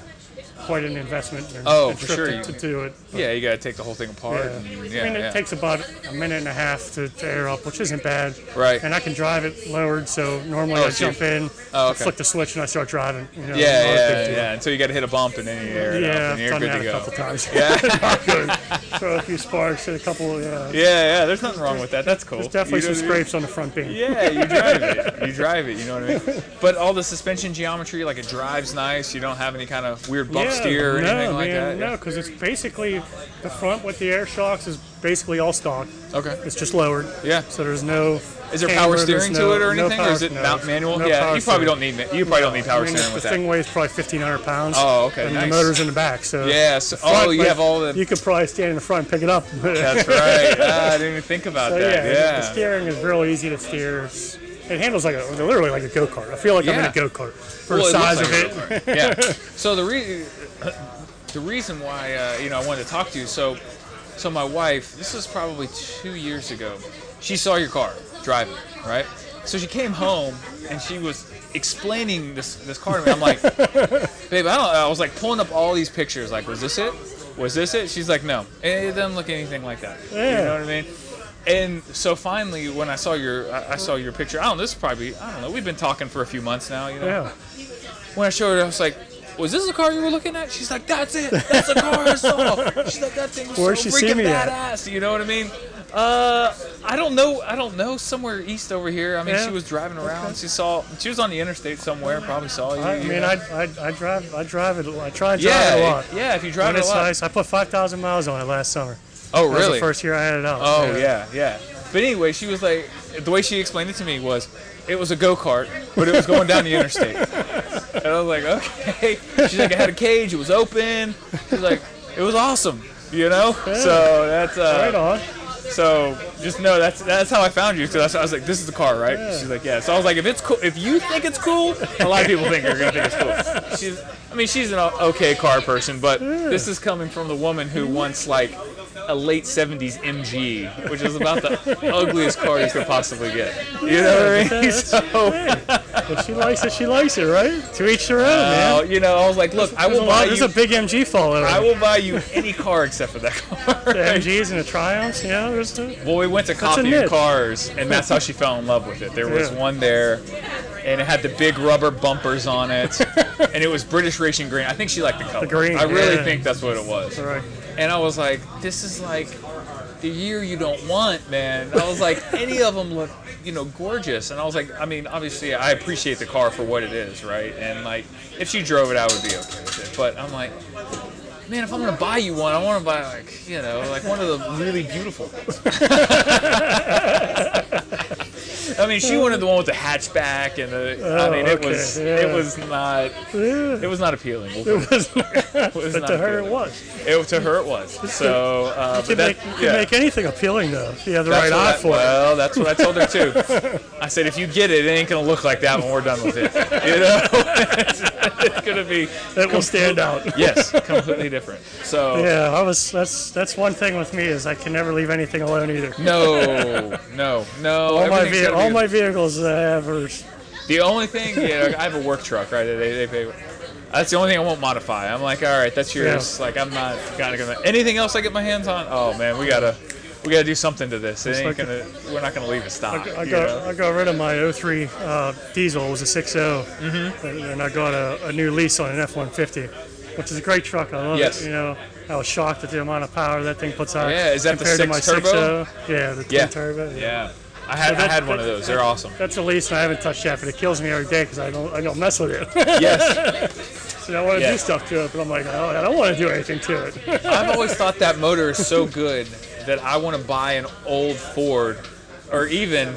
quite an investment. And
Oh,
a
for
trip
sure,
To,
you-
to do it.
Yeah, you gotta take the whole thing apart.
Yeah.
and- Yeah,
I mean, it
yeah.
takes about a minute and a half to, to air up, which isn't bad.
Right.
And I can drive it lowered, so normally
Oh,
I
so you-
jump in,
Oh, okay.
flick the switch, and I start driving. You
yeah,
know, not a big
yeah,
deal.
yeah. Until you gotta hit a bump and then you air it
Yeah,
up
I've
and you're
done
good
that
to
a
go.
couple times.
Yeah.
Not good. Throw a few sparks and a couple. Yeah.
Yeah, yeah. There's nothing wrong with that. That's cool.
There's definitely
You know
some
what I mean?
scrapes on the front beam.
Yeah, you drive it. You drive it. You know what I mean. But all the suspension geometry, like it drives nice. You don't have any kind of weird bump steer or
no,
anything like
man,
that. Yeah.
No, because it's basically the front with the air shocks is basically all stock.
Okay.
It's just lowered.
Yeah.
So there's no.
Is there power
camber, there's
steering
no-
to it or
no
anything,
power-
or is it
no,
mount manual?
no
yeah,
power
you probably
steering.
don't need ma- you probably don't need power
I mean,
steering
the
with
thing
that.
weighs probably 1,500 pounds.
Oh, okay,
And
nice.
the motor's in the back, so.
Yeah, so-
the front,
oh, you
like,
have all the-
You could probably stand in the front and pick it up.
That's right. Ah, I didn't even think about
So,
that.
yeah, the
Yeah.
steering is real easy to steer. It's- It handles like a, literally like a go kart. I feel like I'm in
Yeah.
a go kart for
Well,
the
it
size
looks
of
like a
it.
yeah. So the re- the reason why uh, you know I wanted to talk to you. So so my wife, this was probably two years ago. She saw your car driving, right? So she came home and she was explaining this this car to me. I'm like, babe, I don't. I was like pulling up all these pictures. Like, was this it? Was this it? She's like, no, it it doesn't look anything like that. You
Yeah.
know what I mean? And so finally, when I saw your, I I saw your picture. I don't. know, This is probably, I don't know. We've been talking for a few months now. You know
Yeah.
when I showed her, I was like, "Was this the car you were looking at?" She's like, "That's it. That's the car I saw." She's like, "That thing was
Where'd
so
she
freaking
see me at?
badass." You know what I mean? Uh, I don't know. I don't know. Somewhere east over here. I mean,
Yeah.
she was driving around. She saw. She was on the interstate somewhere. Probably saw you.
I
you
mean,
know?
I, I, I drive I drive it. a lot. I try and drive
yeah,
it a lot.
yeah. If you
But
drive it a
it's
lot.
nice. I put 5,000 miles on it last summer.
Oh,
That was
really?
the first year I had it out.
Oh yeah. yeah, But anyway, she was like, the way she explained it to me was, it was a go kart, but it was going down the interstate. And I was like, okay. She's like, it had a cage, it was open. She's like, it was awesome, you know. So that's
Right
uh,
on.
so just know that's that's how I found you because I was like, this is the car, right? She's like, yeah. So I was like, if it's cool, if you think it's cool, a lot of people think are gonna think it's cool. She's, I mean, she's an o- okay car person, but this is coming from the woman who wants like a late '70s MG, which is about the ugliest car you could possibly get. You know what I mean?
That's-
So.
hey, if she likes it, she likes it, right? To each their own,
uh,
man.
you know, I was like, look, I
There's,
will
a, lot-
buy
there's
you.
a big MG following.
I will buy you any car except for that car.
The MGs and the Triumphs, yeah. There's the,
Well, we went to
a
Coffee and
niche.
Cars, and that's how she fell in love with it. There was
Yeah.
one there, and it had the big rubber bumpers on it, and it was British Racing Green. I think she liked the color.
green,
I really
yeah.
think that's what it was.
right.
And I was like, this is like the year you don't want, man. I was like, any of them look, you know, gorgeous. And I was like, I mean, obviously, I appreciate the car for what it is, right? And like, if she drove it, I would be okay with it. But I'm like, man, if I'm gonna buy you one, I want to buy like, you know, like one of the really beautiful ones. I mean, she wanted the one with the hatchback, and the, I mean, it
Oh, okay,
was it
yeah.
was not
Yeah.
it was not appealing. We'll put
It was,
it was
but
not
to her,
appealing.
it was.
It, to her, it was. So, uh,
You
but
can,
that,
make, you can
yeah.
make anything appealing, though, if you have the
That's
right
what
eye
I-
for it.
Well, that's what I told her too. I said, if you get it, it ain't gonna look like that when we're done with it. You know, it's gonna be
It will stand out.
yes, completely different. So
Yeah, I was. That's that's one thing with me is I can never leave anything alone either.
no, no, no.
All my
everything's
ve-
gotta be-
all my vehicles that I have are
The only thing, yeah, I have a work truck, right? They, they pay. That's the only thing I won't modify. I'm like, all right, that's yours. Like, I'm not kind of gonna anything else I get my hands on. Oh man, we gotta, we gotta do something to this. It ain't
like-
gonna, we're not gonna leave it stock.
I
you
got
know?
I got rid of my 03 uh, diesel. It was a 60,
Mm-hmm.
and, and I got a, a new lease on an F150, which is a great truck. I love
Yes.
it. You know, I was shocked at the amount of power that thing puts out.
Yeah, is that the
compared to my
six turbo?
60. Yeah, the twin
Yeah.
turbo. Yeah.
Yeah, I had, I
that-
had one of
that-
those. They're awesome.
That's a lease, and I haven't touched yet, but it kills me every day because I don't I don't mess with it.
Yes.
so I want to
Yeah.
do stuff to it, but I'm like, oh, I don't want to do anything to it.
I've always thought that motor is so good that I want to buy an old Ford or even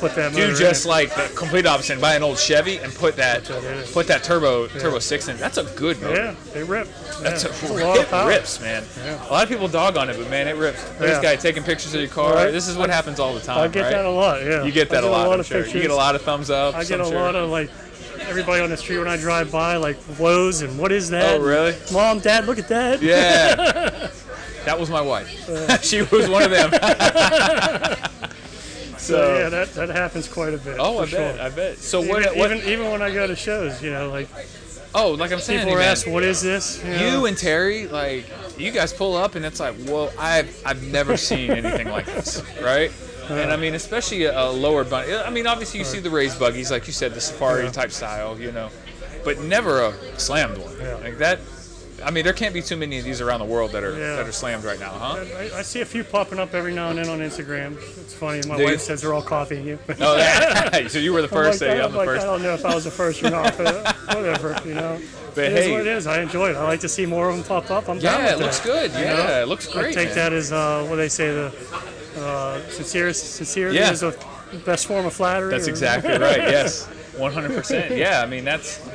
Put that motor
do
in
just
it.
like the complete opposite and buy an old Chevy and put that
in it.
put that turbo turbo 6 in. That's a good motor.
Yeah, they rip.
That's
yeah.
a,
a lot of
it
power.
rips, man. A lot of people dog on it, but man, it rips. This
Yeah.
guy taking pictures of your car.
Right.
This is what happens all the time,
I get
right?
that a lot. Yeah,
you get
I
that a lot, I'm
of
sure.
pictures.
You get a lot of thumbs up.
I get
I'm
a
sure.
lot of like everybody on the street when I drive by, like woes and what is that?
Oh, really?
Mom, Dad, look at that.
Yeah. that was my wife. she was one of them.
So yeah, that, that happens quite a bit.
Oh, I
for
bet.
sure.
I bet. So
Even,
what? what
even even when I go to shows, you know, like
Oh, like I'm saying,
People were
man,
asked, "What is this?" know?
you and Terry, like you guys pull up, and it's like, whoa, I've I've never seen anything like this, right? And I mean, especially a, a lower buggy. I mean, obviously you see the raised buggies, like you said, the safari
Yeah.
type style, you know, but never a slammed one
Yeah.
like that. I mean, there can't be too many of these around the world that are
Yeah.
that are slammed right now, huh?
I, I see a few popping up every now and then on Instagram. It's funny. My
Do
wife
you?
says they're all copying you. I'm
No, that, Oh, so you were the first.
like,
eh?
I'm
I'm the
like,
first.
I don't know if I was the first or not, but whatever, you know.
But
it is
hey-
what it is. I enjoy it. I like to see more of them pop up. I'm down
Yeah,
with
it looks
that.
good. Yeah, it looks great.
I take
man.
that as uh, what they say the uh, sincerest sincerity
Yeah.
is the best form of flattery.
That's
or-
exactly right. Yes, 100%. Yeah, I mean that's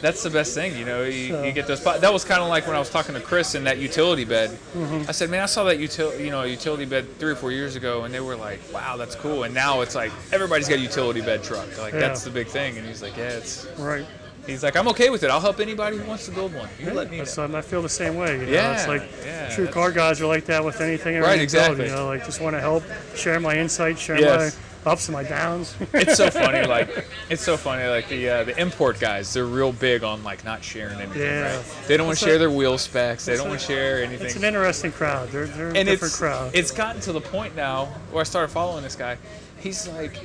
that's the best thing. You know, you, you get those. po- That was kind of like when I was talking to Chris in that utility bed.
Mm-hmm.
I said, man, I saw that utility, you know, utility bed three or four years ago, and they were like, wow, that's cool. And now it's like everybody's got a utility bed truck. Like
Yeah.
that's the big thing. And he's like, yeah, it's.
Right.
He's like, I'm okay with it. I'll help anybody who wants to build one. You let me.
That's,
know."
um, I feel the same way. You know?
Yeah,
It's like
yeah,
true
that's-
car guys are like that with anything. and
Right,
everything built,
exactly.
You know, like just want to help, share my insights, share
Yes.
my ups and my downs.
It's so funny, like it's so funny, like the uh, the import guys. They're real big on like not sharing anything.
Yeah.
Right? They don't want
It's
to
a-
share their wheel specs. They don't
a-
want to share anything.
it's an interesting crowd. They're, they're a
and
different
it's
crowd.
it's gotten to the point now where I started following this guy. He's like,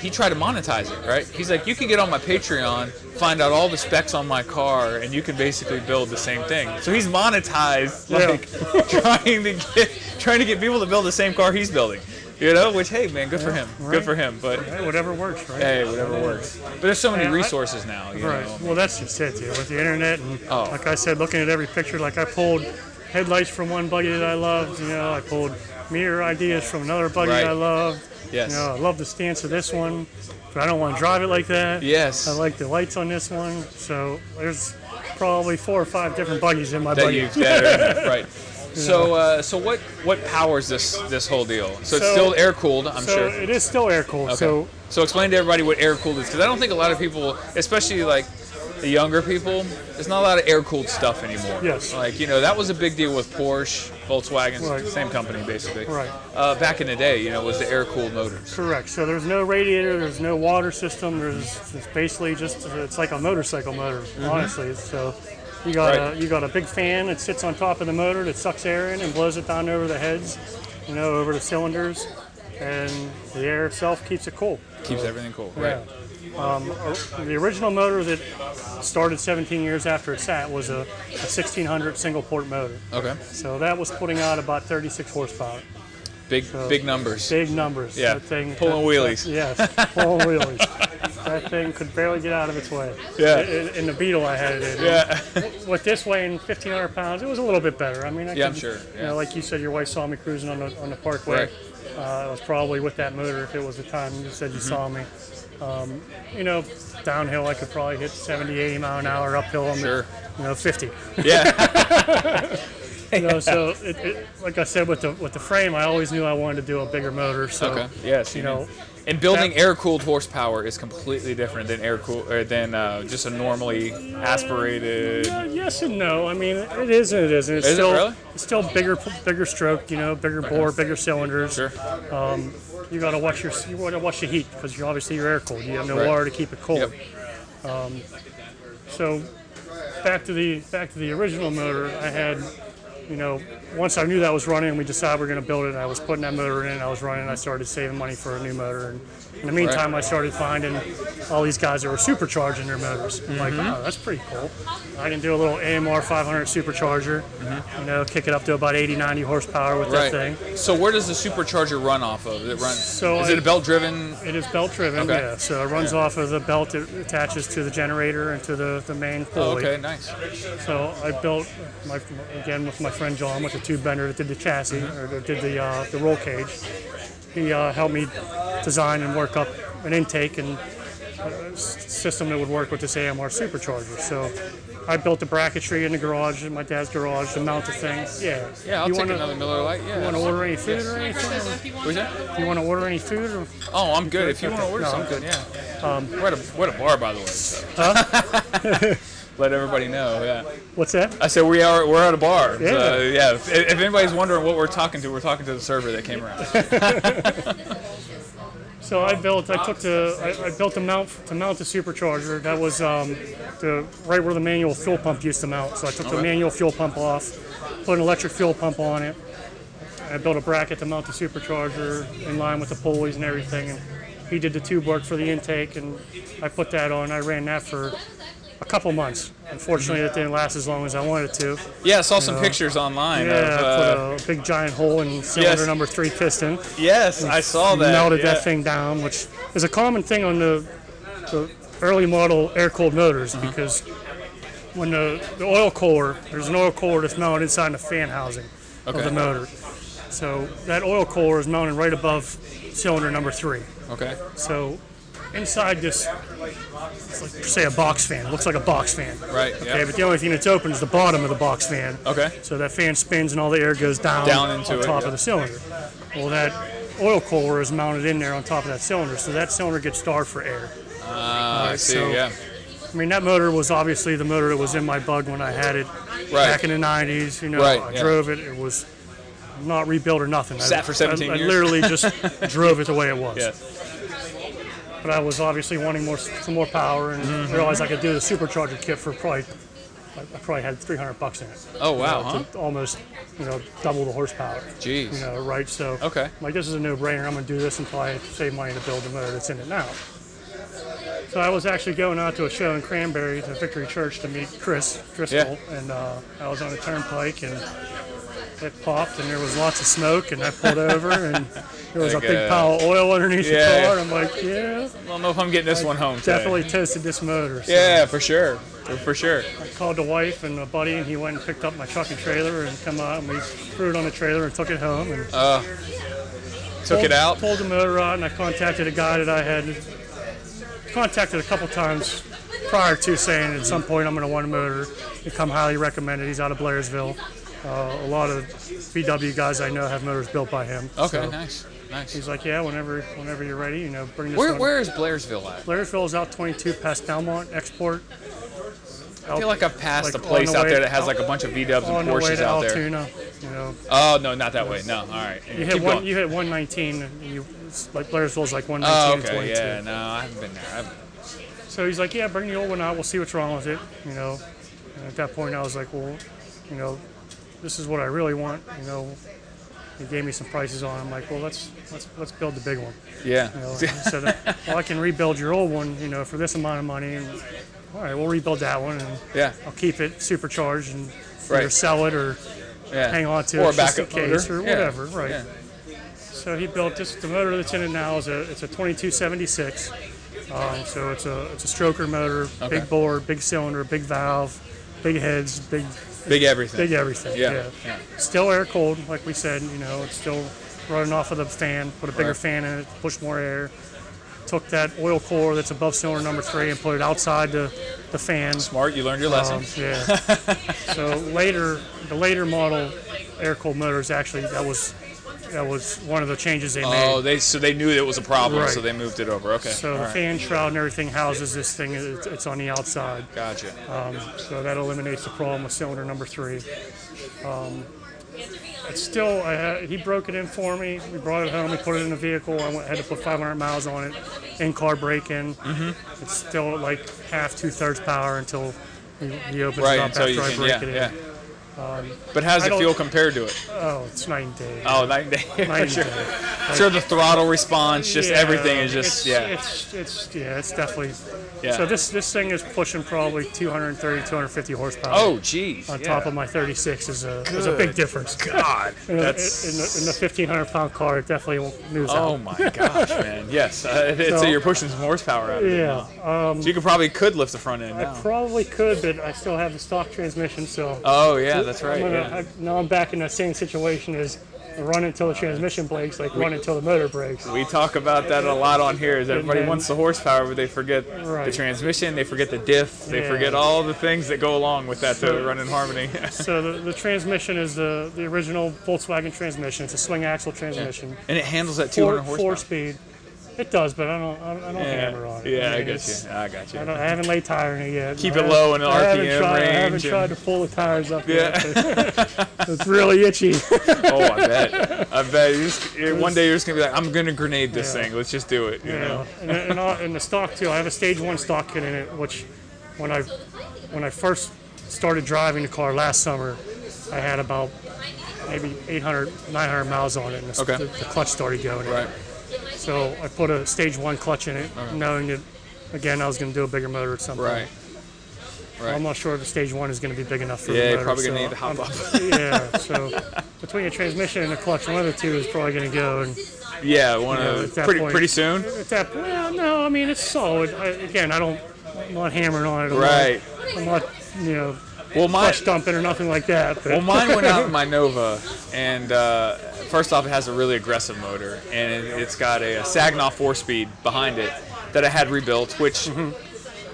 he tried to monetize it, right? He's like, you can get on my Patreon, find out all the specs on my car, and you can basically build the same thing. So he's monetized,
Yeah.
like trying to get trying to get people to build the same car he's building. You know, which hey man, good for him,
right.
good for him. But
Hey, whatever works, right?
hey, whatever works. But there's so many
Yeah, I-
resources now, you
Right.
know.
Well, that's just it, dude. With the internet and,
Oh.
like I said, looking at every picture, like I pulled headlights from one buggy that I loved, you know, I pulled mirror ideas from another buggy
Right.
I loved.
Yes.
You know, I love the stance of this one, but I don't want to drive it like that.
Yes.
I like the lights on this one. So there's probably four or five different buggies in my
that
buggy.
you that are in it, right. So, uh, so what what powers this this whole deal? So, it's
So-
still air cooled, I'm
so
sure.
it is still air cooled.
Okay.
So
so explain to everybody what air cooled is, because I don't think a lot of people, especially like the younger people, there's not a lot of air cooled stuff anymore.
Yes.
Like you know that was a big deal with Porsche, Volkswagen,
Right.
same company basically.
Right.
Uh, back in the day, you know, was the air cooled motors.
Correct. So there's no radiator, there's no water system. There's it's basically just it's like a motorcycle motor, honestly. So you got
Mm-hmm. Right.
a you got a big fan that sits on top of the motor that sucks air in and blows it down over the heads, you know, over the cylinders, and the air itself keeps it cool. Um,
Keeps everything cool. Right.
The original motor that started 17 years after it sat was a, a 1600 single port motor.
Okay.
So that was putting out about 36 horsepower.
Big big numbers.
Big numbers.
Yeah.
That thing,
Pulling
that-
wheelies.
yes, pulling wheelies. That thing could barely get out of its way.
Yeah.
In, in the Beetle, I had it in.
Yeah.
With this weighing 1,500 pounds, it was a little bit better. I mean, I
Yeah,
could-
I'm sure,
You
yeah.
know, like you said, your wife saw me cruising on the on the parkway.
Right.
Uh, it was probably with that motor if it was the time you said you
Mm-hmm.
saw me. Um, you know, downhill I could probably hit 70, 80 mile an hour. Uphill, I'm at,
Sure.
you know, 50
yeah.
you know, so it, it, like I said with the with the frame, I always knew I wanted to do a bigger motor. So
Okay. Yes.
you know,
And building
That-
air-cooled horsepower is completely different than air cool or than uh, just a normally aspirated.
uh, yes and no. I mean, it is and it isn't. It's
Is it
still
really?
it's still bigger bigger stroke. You know, bigger bore, bigger cylinders.
Sure.
You got to watch your you got to watch the heat because you're obviously you're air cooled. You have no
Right.
water to keep it cold. Um,
Yep.
So back to the back to the original motor, I had. You know, once I knew that was running, we decided we are going to build it. And I was putting that motor in, and I was running. And I started saving money for a new motor. And in the meantime, I started finding all these guys that were supercharging their motors. I'm
Mm-hmm.
like, wow, that's pretty cool. I can do a little AMR 500 supercharger. You know, kick it up to about 80, 90 horsepower with
Mm-hmm. Right.
that thing.
So where does the supercharger run off of? It runs.
So
is
I-
it a belt-driven?
It is belt driven,
Okay.
yeah. So it runs off of the belt that attaches to the generator and to the, the main pulley.
Oh, okay, nice.
So I built my again with my friend John with the tube bender that did the chassis
Mm-hmm.
or that did the uh, the roll cage. He uh, helped me design and work up an intake and a s- system that would work with this AMR supercharger. So I built the bracketry in the garage in my dad's garage to mount the thing. Yeah.
Yeah, I'll
you
take
wanna,
another Miller Lite. Yeah.
You want to order any food
Yes.
or anything?
What's that?
You want to order any food? Or,
Oh, I'm good. If you want to
Okay.
order
No, Um, I'm
something, yeah. we're, at a, we're at a bar, by the way. So. Let everybody know. Yeah.
what's that?
I said we are. We're at a bar.
Yeah.
So, yeah. If, if anybody's wondering what we're talking to, we're talking to the server that came around.
So I built, I took the, I, I built the mount to mount the supercharger. That was um, the right where the manual fuel pump used to mount. So I took the
Okay.
manual fuel pump off, put an electric fuel pump on it. I built a bracket to mount the supercharger in line with the pulleys and everything. And he did the tube work for the intake, and I put that on. I ran that for a couple months. Unfortunately, it didn't last as long as I wanted it to.
Yeah, I saw some pictures online.
Yeah,
of, uh,
I put a big giant hole in cylinder
Yes.
number three piston.
yes, I saw that.
melted
yeah.
that thing down, which is a common thing on the, the early model air cooled motors
Uh-huh.
because when the, the oil cooler, there's an oil cooler that's mounted inside the fan housing
Okay.
of the motor. So that oil cooler is mounted right above cylinder number three.
Okay.
So inside this, it's like, say a box fan, it looks like a box fan.
Right.
Okay,
Yeah.
but the only thing that's open is the bottom of the box fan.
Okay.
So that fan spins and all the air goes down,
Down into
on
it,
top
yeah.
of the cylinder. Well, that oil cooler is mounted in there on top of that cylinder, so that cylinder gets starved for air.
Uh, I see.
so-
yeah.
I mean, that motor was obviously the motor that was in my bug when I had it back
Right.
in the 90s. You know,
Right,
I
yeah.
drove it. It was not rebuilt or nothing. I-
Sat for 17
I,
years.
I literally just drove it the way it was.
Yes.
But I was obviously wanting more, some more power and
Mm-hmm.
realized I could do the supercharger kit for probably, I I probably had 300 bucks in it.
Oh wow.
uh,
Huh?
to almost you know double the horsepower.
Jeez.
You know, right? So
Okay.
I'm like this is a no-brainer. I'm gonna do this until I save money to build the motor that's in it now. So I was actually going out to a show in Cranberry to Victory Church to meet Chris Driscoll, and uh, I was on a turnpike and. It popped and there was lots of smoke and I pulled over and there was
Like,
a big
uh,
pile of oil underneath
yeah,
the
yeah.
car and I'm like, yeah,
I don't know if I'm getting this one home. today.
definitely toasted this motor. So
Yeah, for sure. For, for sure.
called the wife and a buddy, and he went and picked up my truck and trailer and come out, and we threw it on the trailer and took it home. And
Took it
pulled-
out.
Pulled the motor out, and I contacted a guy that I had contacted a couple times prior to saying at some point I'm going to want a motor. He come highly recommended. He's out of Blairsville. Uh, a lot of VW guys I know have motors built by him.
Okay.
So
Nice. Nice.
he's like, yeah, whenever, whenever you're ready, you know, bring this.
Where
one.
Where is Blairsville at?
Blairsville is out 22 past Belmont Export.
I feel like I've passed
Like,
a place
on the
out
way-
there that has like a bunch of VWs
on
and
the way
Porsches
to
out there.
Altoona, you know.
Oh no, not that way. No. All right.
You hit
Keep
one.
going.
You hit 119. And you it's like Blairsville's like 119
Oh,
and
okay.
22.
Yeah. No, I haven't been there. I haven't.
So he's like, yeah, bring the old one out. We'll see what's wrong with it. You know. And at that point, I was like, well, you know, this is what I really want. You know. He gave me some prices on. it. I'm like, well, let's let's let's build the big one. You know,
Yeah.
and he said, well, I can rebuild your old one. You know, for this amount of money. And, all right, we'll rebuild that one and
Yeah.
I'll keep it supercharged and either
Right.
sell it or
Yeah.
hang on to
or
it
back
just in
up
case or whatever, right?
Yeah.
So he built this. The motor that's in it now is a it's a 2276. Um, so it's a it's a stroker motor,
Okay.
big bore, big cylinder, big valve, big heads, big
Big everything.
big everything.
Yeah, yeah.
Still air cooled, like we said. You know, it's still running off of the fan. Put a bigger
Right.
fan in it, push more air. Took that oil core that's above cylinder number three and put it outside the the fan.
Smart. You learned your lesson.
Um, yeah. so later, the later model air cooled motors actually that was that was one of the changes they made.
oh, they so they knew it was a problem,
Right.
so they moved it over. Okay.
so
All
the
right.
fan shroud and everything houses this thing. It's, it's on the outside.
Gotcha.
Um, so that eliminates the problem with cylinder number three. Um, it's still, I had, he broke it in for me. We brought it home. We put it in the vehicle. I went, had to put 500 miles on it. In car break in. Mm-hmm. It's still at like half, two thirds power until he, he opens
Right
it up
until
after
you
I
can.
break
Yeah.
it in. Um,
Yeah. but how's
I
it
don't-
feel compared to it?
Oh, it's night and day.
Oh, night and day. for
night and
sure.
day.
Sure, the throttle response, just
Yeah,
everything is just
it's,
yeah.
It's it's yeah, it's definitely.
Yeah.
So this this thing is pushing probably 230, 250 horsepower.
oh, jeez.
On
yeah.
top of my 36 is a is a big
Good
difference.
God.
In, a, in,
That's.
the, in the 1500 pound car, it definitely moves
Oh
out.
my gosh, man! Yes, uh, so,
So-
you're pushing some horsepower out of it.
Yeah, um,
So you could probably could lift the front end
I
now.
probably could, but I still have the stock transmission, so
Oh yeah, that's right.
I'm gonna,
Yeah.
I, now I'm back in that same situation as run until the transmission breaks, like run until the motor breaks.
We talk about that a lot on here. Is everybody
then-
wants the horsepower, but they forget the
Right.
transmission, they forget the diff, they
Yeah.
forget all the things that go along with that to
So-
run in harmony.
So the, the transmission is the, the original Volkswagen transmission. It's a swing axle transmission.
and it handles that 200
four,
horsepower.
four speed. It does, but I don't. I don't, I don't hammer
Yeah,
on it.
yeah, I
mean,
got
it's-
you. I got you.
I, don't, I haven't laid tire in it yet.
Keep
I
it low in the
haven't- I haven't
RPM
tried- I
range
haven't
and-
tried to pull the tires up
Yeah.
yet. but it's really itchy.
Oh, I bet. I bet. You're just, you're- one day you're just gonna be like, I'm gonna grenade this thing. Let's just do it. You know.
Yeah. And, uh, and, all- and the stock too. I have a stage one stock kit in it, which when I when I first started driving the car last summer, I had about maybe 800, 900 miles on it, and the,
Okay.
the, the clutch started going. in.
Right.
So I put a stage one clutch in it, knowing that again I was going to do a bigger motor at some point.
Right.
I'm not sure if the stage one is going to be big enough for
Yeah,
the
you're
motor.
probably gonna
so
need to hop
I'm-
up.
yeah, so between the transmission and the clutch, one of the two is probably going to go. And
Yeah. One
you know,
of
at that
pretty
point-
pretty soon.
At that point, well, no, I mean it's solid. I, again, I don't, I'm not hammering on it. I'm
Right.
Not, I'm not, you know,
Well, my
clutch dumping or nothing like that. But
well, mine went out in my Nova, and uh, first off, it has a really aggressive motor, and it, it's got a, a Saginaw four-speed behind it that I had rebuilt, which.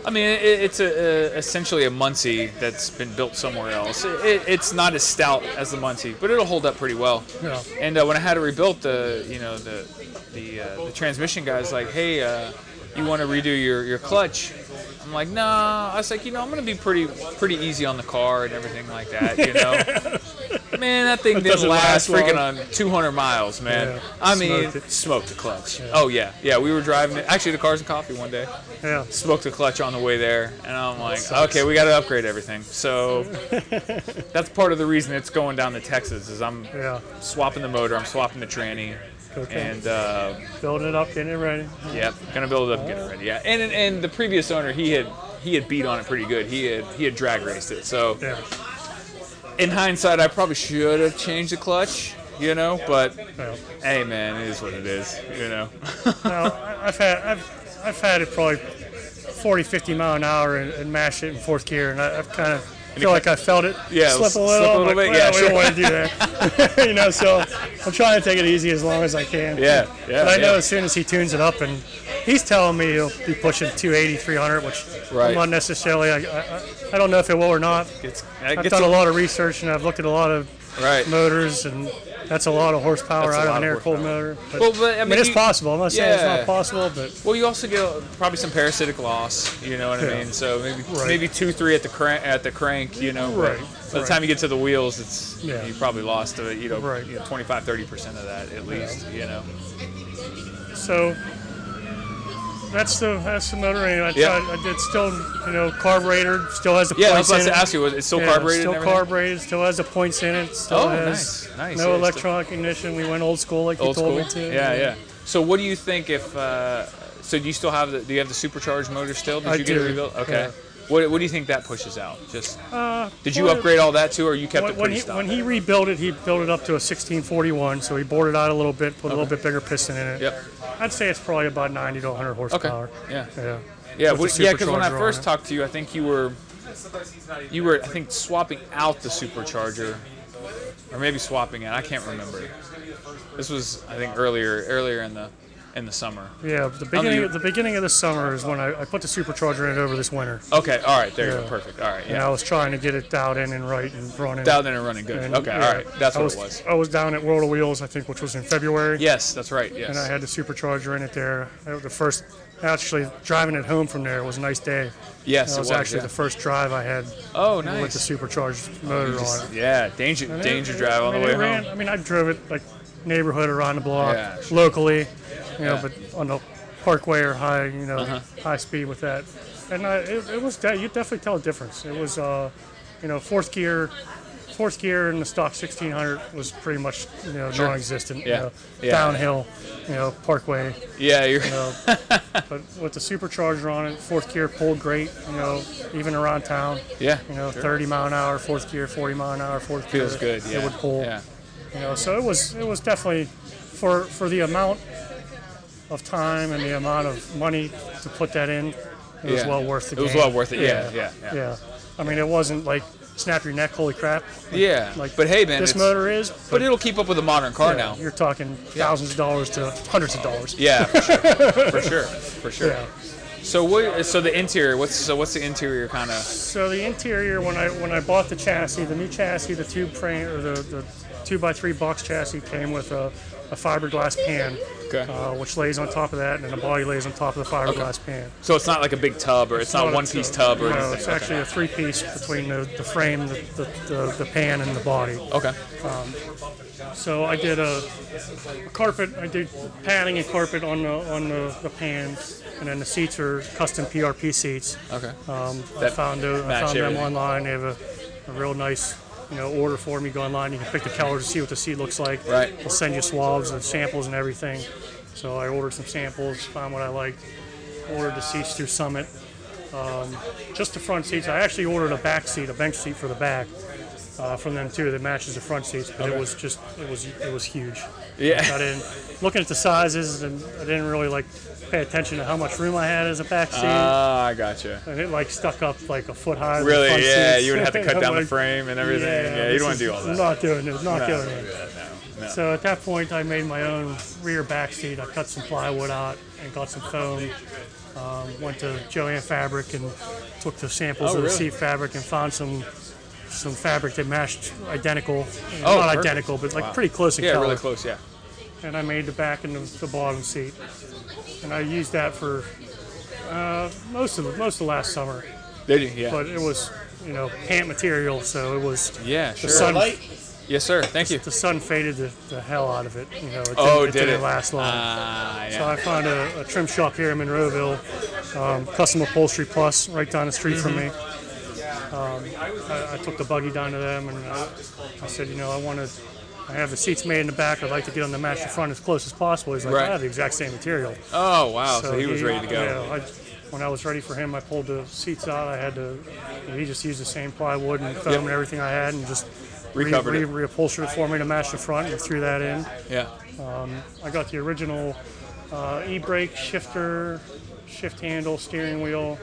I mean, it, it's a, a, essentially a Muncie that's been built somewhere else. It, it, it's not as stout as the Muncie, but it'll hold up pretty well.
Yeah.
And uh, when I had it rebuilt, the you know the the, uh, the transmission guy's like, "Hey, uh, you want to redo your, your clutch?" I'm like, "Nah." I was like, "You know, I'm gonna be pretty pretty easy on the car and everything like that." You know, man, that thing didn't
doesn't
last,
last
freaking
long.
on 200 miles, man.
Yeah.
I mean,
Smoked it.
smoked the clutch. Oh yeah, yeah. We were driving it. Actually, the cars and coffee one day
yeah,
smoked the clutch on the way there, and I'm like, okay, we got to upgrade everything. So that's part of the reason it's going down to Texas is I'm
yeah,
swapping the motor, I'm swapping the tranny,
Okay.
and uh,
building it up, getting it ready.
yeah, gonna build it up, and get it ready. Yeah, and, and and the previous owner he had he had beat on it pretty good. He had he had drag raced it. So
Yeah,
in hindsight, I probably should have changed the clutch, you know. But
yeah.
hey, man, it is what it is, you know.
Now, I- I've had I've, I've had it probably 40, 50 mile an hour and, and mashed it in fourth gear, and I, I've kind of feel like I felt it
Yeah,
slip
slip
a little.
a little
I'm like,
bit,
"Well,
yeah,
we
sure."
don't want to do that, you know. So I'm trying to take it easy as long as I can.
Yeah, yeah,
But I know
yeah.
as soon as he tunes it up, and he's telling me he'll be pushing 280, 300, which
Right.
I'm not necessarily. I, I, I don't know if it will or not.
It's,
I've
it's
done a lot of research and I've looked at a lot of
right.
motors, and that's a lot of horsepower
That's a lot of
out of an air cooled
horsepower.
motor. But,
Well, but, I
I mean,
mean,
it's
you-
possible. I'm not saying
Yeah.
it's not possible, but
Well, you also get probably some parasitic loss. You know what I
Yeah.
mean? So maybe
Right.
maybe two, three at the crank. At the crank, you know. but
Right,
By the
right.
time you get to the wheels, it's
Yeah.
you probably lost uh, you know
Right.
you know 25, 30 percent of that at least. You know.
so that's the that's the motor. And I,
Yeah.
tried, I did still, you know, carburator still has the
Yeah, I was
points
about
in
to
it.
ask you, was it still
Yeah,
carbureted?
Still
and everything?
carbureted. Still has the points in it. Still
Oh,
has
nice, nice, yeah,
No
it's
electronic ignition. We went old school, like you
Old
told
school.
me to.
yeah, yeah. So what do you think if? Uh, so do you still have the? Do you have the supercharged motor still? Did
I
you get
do,
it rebuilt? Okay.
yeah.
What, what do you think that pushes out? Just
Uh,
did you
well,
upgrade all that too, or you kept
When,
it
when,
pretty
he,
stock?
when he rebuilt it, he built it up to a 1641, so he bored it out a little bit, put a little bit bigger piston in it.
Yep.
I'd say it's probably about 90 to 100 horsepower.
Yeah.
Yeah.
Yeah,
With
what,
the
yeah. Because when I
supercharger on
first
it.
talked to you, I think you were, you were, I think swapping out the supercharger, or maybe swapping it. I can't remember. This was, I think, earlier, earlier in the, in the summer.
Yeah, the
many-
beginning the beginning of the summer is when I, I put the supercharger in over this winter,
Okay. All right. There you go.
Yeah.
Perfect. All right.
and
Yeah.
I was trying to get it dialed in and right and running.
Down there and running good.
And,
okay.
yeah,
All right. That's
I
what
was,
it was.
I was down at World of Wheels, I think, which was in February,
Yes, that's right. Yes.
and I had the supercharger in it there. That was the first actually driving it home from there was a nice day.
yes,
That
it
was actually
yeah.
the first drive I had
oh,
with the
nice.
supercharged motor on. it.
yeah, danger,
And it-
danger
it-
drive
I
on the
mean,
way
it ran-
home.
I mean, I drove it like neighborhood around the block,
Yeah, sure.
locally, you
Yeah.
know,
Uh-huh.
but on the parkway or high, you know, high speed with that. And I, it, it was de- you definitely tell a difference. It was, uh, you know, fourth gear, fourth gear in the stock 1600 was pretty much you know non-existent.
Yeah.
You know,
Yeah.
Downhill, you know, parkway.
Yeah, you're.
You know, but with the supercharger on it, fourth gear pulled great. You know, even around town.
Yeah.
You know, 30 mile an hour, fourth gear, 40 mile an hour, fourth gear.
Feels good. Yeah.
It would pull.
Yeah.
You know, so it was it was definitely for for the amount of time and the amount of money to put that in, it was
Yeah.
well worth the.
It was
gain.
well worth it. Yeah, yeah, yeah.
yeah. I mean, it wasn't like snap your neck, holy crap.
Yeah.
Like,
but hey, man,
this
it's-
motor is.
but it'll keep up with a modern car
yeah,
now.
You're talking thousands of dollars to hundreds of dollars.
Yeah, for sure, for sure, for sure.
Yeah.
So what? So the interior. What's so? What's the interior kind of?
So the interior, when I when I bought the chassis, the new chassis, the tube frame or the, the two by three box chassis came with a, a fiberglass pan,
Okay.
uh, which lays on top of that, and then the body lays on top of the fiberglass pan.
So it's not like a big tub, or it's, not,
a
one piece tub, or
no,
anything.
it's
Okay.
actually a three piece between the, the frame, the, the, the, the pan, and the body.
Okay.
So I did a, a carpet. I did padding and carpet on the on the, the pan, and then the seats are custom PRP seats.
Okay.
Um, I
That
found, tho- I
match
found them
everything.
online. They have a, a real nice you know order form. You go online, you can pick the color to see what the seat looks like.
Right.
They'll send you swabs and samples and everything. So I ordered some samples, found what I liked, ordered the seats through Summit. Um, just the front seats. I actually ordered a back seat, a bench seat for the back. Uh, from them too that matches the front seats, but it was just it was it was huge. I
Yeah.
didn't looking at the sizes and I didn't really like pay attention to how much room I had as a back seat.
Ah, I gotcha.
and it like stuck up like a foot high. in the
Really?
front
Yeah.
seats.
You would have to cut
I'm
down the
like,
frame and everything. Yeah. you
this
don't want
is-
to do all that.
I'm not doing this. Not
No,
doing
don't do
it.
that, no, no.
So at that point, I made my own rear back seat. I cut some plywood out and got some foam. Um, went to Joanne Fabric and took the samples
Oh,
of the
really?
seat fabric and found some some fabric that matched identical.
Oh,
not
perfect.
identical, but like
Wow.
pretty close in
yeah,
color.
really close. Yeah.
And I made the back and the, the bottom seat. And I used that for uh, most of most of last summer,
Did you? Yeah.
but it was you know pant material, so it was
yeah. Sure.
sun-
Light.
Yes, sir. Thank you.
the sun faded the, the hell out of it. You know, it didn't,
Oh,
it
did it?
didn't last long.
Ah, yeah.
So I found a, a trim shop here in Monroeville, um, Custom Upholstery Plus, right down the street from
Mm-hmm.
me. Um, I, I took the buggy down to them and I, I said, you know, I want to, I have the seats made in the back. I'd like to get them to match the front as close as possible. He's like,
Right.
I have the exact same material.
Oh wow! So, he was ready to go.
Yeah, I, when I was ready for him, I pulled the seats out. I had to, he just used the same plywood and foam
Yep.
and everything I had and just
Recovered
re,
it.
re, reupholstered it for me to match the front and threw that in.
Yeah.
I got the original uh, e-brake shifter, shift handle, steering wheel,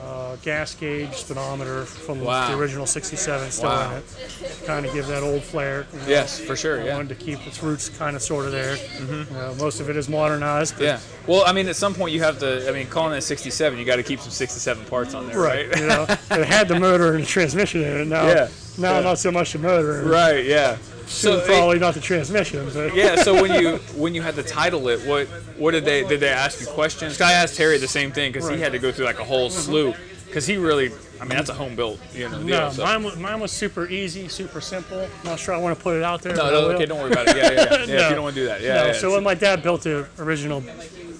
uh, gas gauge, speedometer from the-
Wow.
the original '67 still
Wow.
in it. Kind of give that old flair. you know.
Yes, for sure.
I
Yeah.
wanted to keep its roots kind of sort of there. You know, most of it is modernized. but-
Yeah. Well, I mean, at some point you have to. I mean, calling it 67, you got to keep some 67 parts on there, right?
Right, you know, it had the motor and the transmission in it. Now,
Yeah,
now
yeah.
not so much the motor. and
Right, Yeah.
soon
So
probably not the transmission. But
yeah. So when you when you had to title it, what what did they did they ask you questions? 'Cause I asked Terry the same thing because
Right.
he had to go through like a whole slew because he really. I mean, that's a home built, you know.
no,
deal, so.
mine, wa- mine was super easy, super simple. Not sure I want to put it out there.
no,
but I
no,
will.
okay, don't worry about it. Yeah, yeah, yeah. yeah
No.
If you don't want to do that, yeah.
no,
yeah,
so
it's- Uh-huh.
when my dad built the original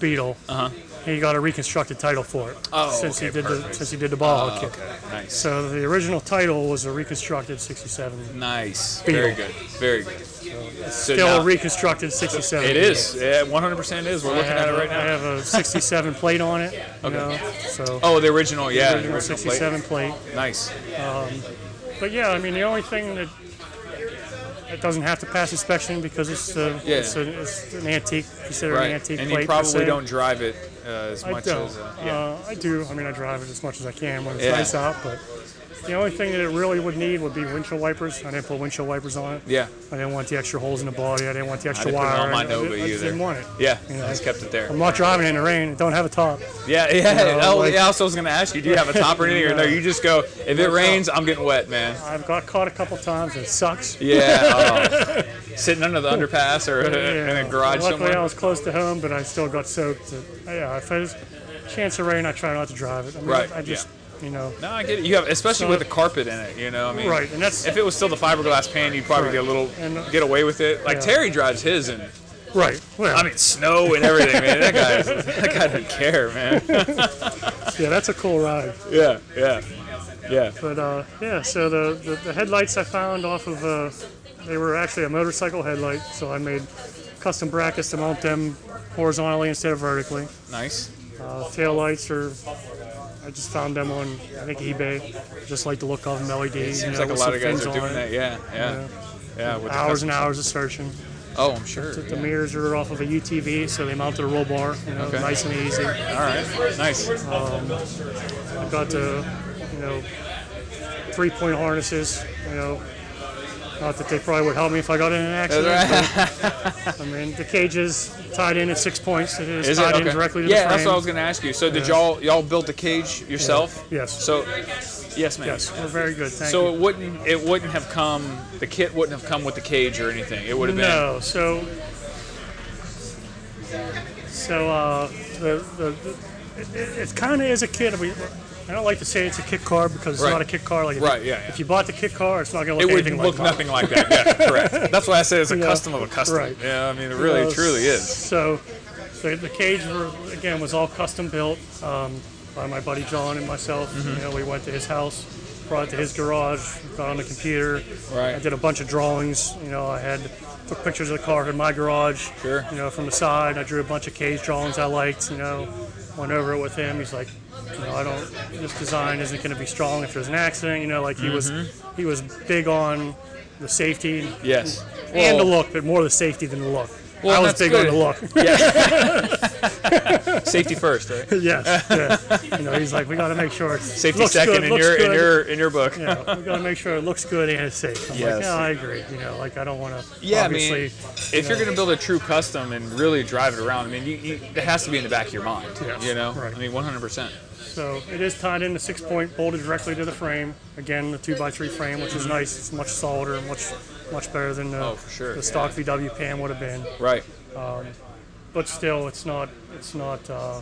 Beetle, he got a reconstructed title for it.
Oh,
since he
okay,
did the
perfect.
since he did the ball
Oh,
kit.
okay. Nice.
So the original title was a reconstructed '67.
Nice.
Beetle.
Very good. Very good. So
Still
now-
a reconstructed '67.
It is. Yeah, 100% is. We're
I
looking
have,
at it
a-
right
I
now.
have a '67 plate on it. You
Okay.
know, so
Oh, the original. Yeah, the
original
original plate.
'67 plate.
Nice.
But yeah, I mean the only thing that it doesn't have to pass inspection because it's, uh,
Yeah.
it's, a, it's an antique, considered
Right.
an antique
and
plate.
you
per
probably
se.
don't drive it uh, as
I
much
don't.
as. Uh, yeah.
uh, I do. I mean, I drive it as much as I can when it's
Yeah.
nice out. But the only thing that it really would need would be windshield wipers. I didn't put windshield wipers on it.
yeah.
I didn't want the extra holes in the body. I didn't want the
I
extra
didn't put it
wire.
on
I-
my
I,
Nova
didn't- I just
either.
didn't want it.
Yeah.
You know,
I just kept it there.
I'm not driving in the rain. I don't have a top.
Yeah. Yeah.
you know,
oh,
like-
yeah. Also, I was gonna ask you, do you have a top or anything, or no?
No.
You just go. If it rains, I'm getting wet, man.
I've got caught a couple times. It sucks.
Yeah. oh. Sitting under the underpass or
Yeah.
in a garage
Luckily, I
somewhere.
was close to home, but I still got soaked. Uh, yeah, if there's a chance of rain, I try not to drive it. I mean,
Right,
I just, you know,
No, I get it. You have, especially
So-
with the carpet in it. You know, I mean.
right. And that's
If it was still the fiberglass pan, you'd probably
Right.
get a little
And, uh,
get away with it. Like
yeah.
Terry drives his, and
right. Well,
I mean snow and everything, man. That guy, is- that guy doesn't care, man.
yeah, that's a cool ride.
Yeah, yeah, yeah.
But uh, yeah, so the, the, the headlights I found off of, uh, they were actually a motorcycle headlight, so I made custom brackets to mount them horizontally instead of vertically.
Nice.
Uh, tail lights are, I just found them on, I think, eBay. Just like the look of them, E LED.
Seems like a lot of guys are doing that. Yeah, yeah,
Yeah.
yeah. with the
Hours
custom-
and hours of searching.
Oh, I'm sure.
The
yeah.
mirrors are off of a UTV, so they mount to the roll bar, you know,
Okay.
nice and easy.
All right. Nice.
I've got the, you know, three point harnesses, you know. Not that they probably would help me if I got in an accident. but, I mean, the cage is tied in at six points. It is,
Is it
tied
okay?
in directly to
yeah,
the frame.
that's what I was gonna ask you. So did y'all y'all build the cage yourself?
Yes.
So Yes, ma'am.
Yes, we're very good. Thank
So
you.
it wouldn't it wouldn't have come the kit wouldn't have come with the cage or anything. It would have been
No, so so uh, the, the, the it- it, it kind of is a kit. I, mean, I don't like to say it's a kit car because it's
Right.
not a kit car. Like if you-
Right, yeah, yeah.
If you bought the kit car, it's not going to
it
look
would
anything like
look
that.
nothing like that. Yeah, correct. That's why I say it's a
Yeah,
custom of a custom.
right.
Yeah, I mean it really
Uh,
truly is.
So the, the cage were, again was all custom built um, by my buddy John and myself.
Mm-hmm.
You know, we went to his house, brought it to his garage, got on the computer.
Right.
I did a bunch of drawings. You know, I had took pictures of the car in my garage.
Sure.
You know, from the side, I drew a bunch of cage drawings I liked. You know, went over it with him. He's like. You know, I don't. This design isn't going to be strong if there's an accident. You know, like he was,
Mm-hmm.
he was big on the safety
Yes.
and the
Well,
look, but more the safety than the look.
Well,
I was
that's
big
good.
on the look.
safety first, right?
yes, yeah. You know, he's like, we got to make sure it's
Safety
looks
second
good,
in
looks
your in
good."
your in your book.
yeah, we got to make sure it looks good and it's safe. I'm
Yes.
like, yeah, I agree. You know, like I don't want to.
Yeah, I mean,
obviously,
if you're going to build a true custom and really drive it around, I mean, you, you, it has to be in the back of your mind.
Yes,
you know,
right.
I mean, 100%.
So it is tied into six point, bolted directly to the frame. Again, the two x three frame, which is nice. It's much solider, much much better than the,
Oh, for sure,
the stock VW pan would have been.
Right.
But still, it's not. It's not. Uh,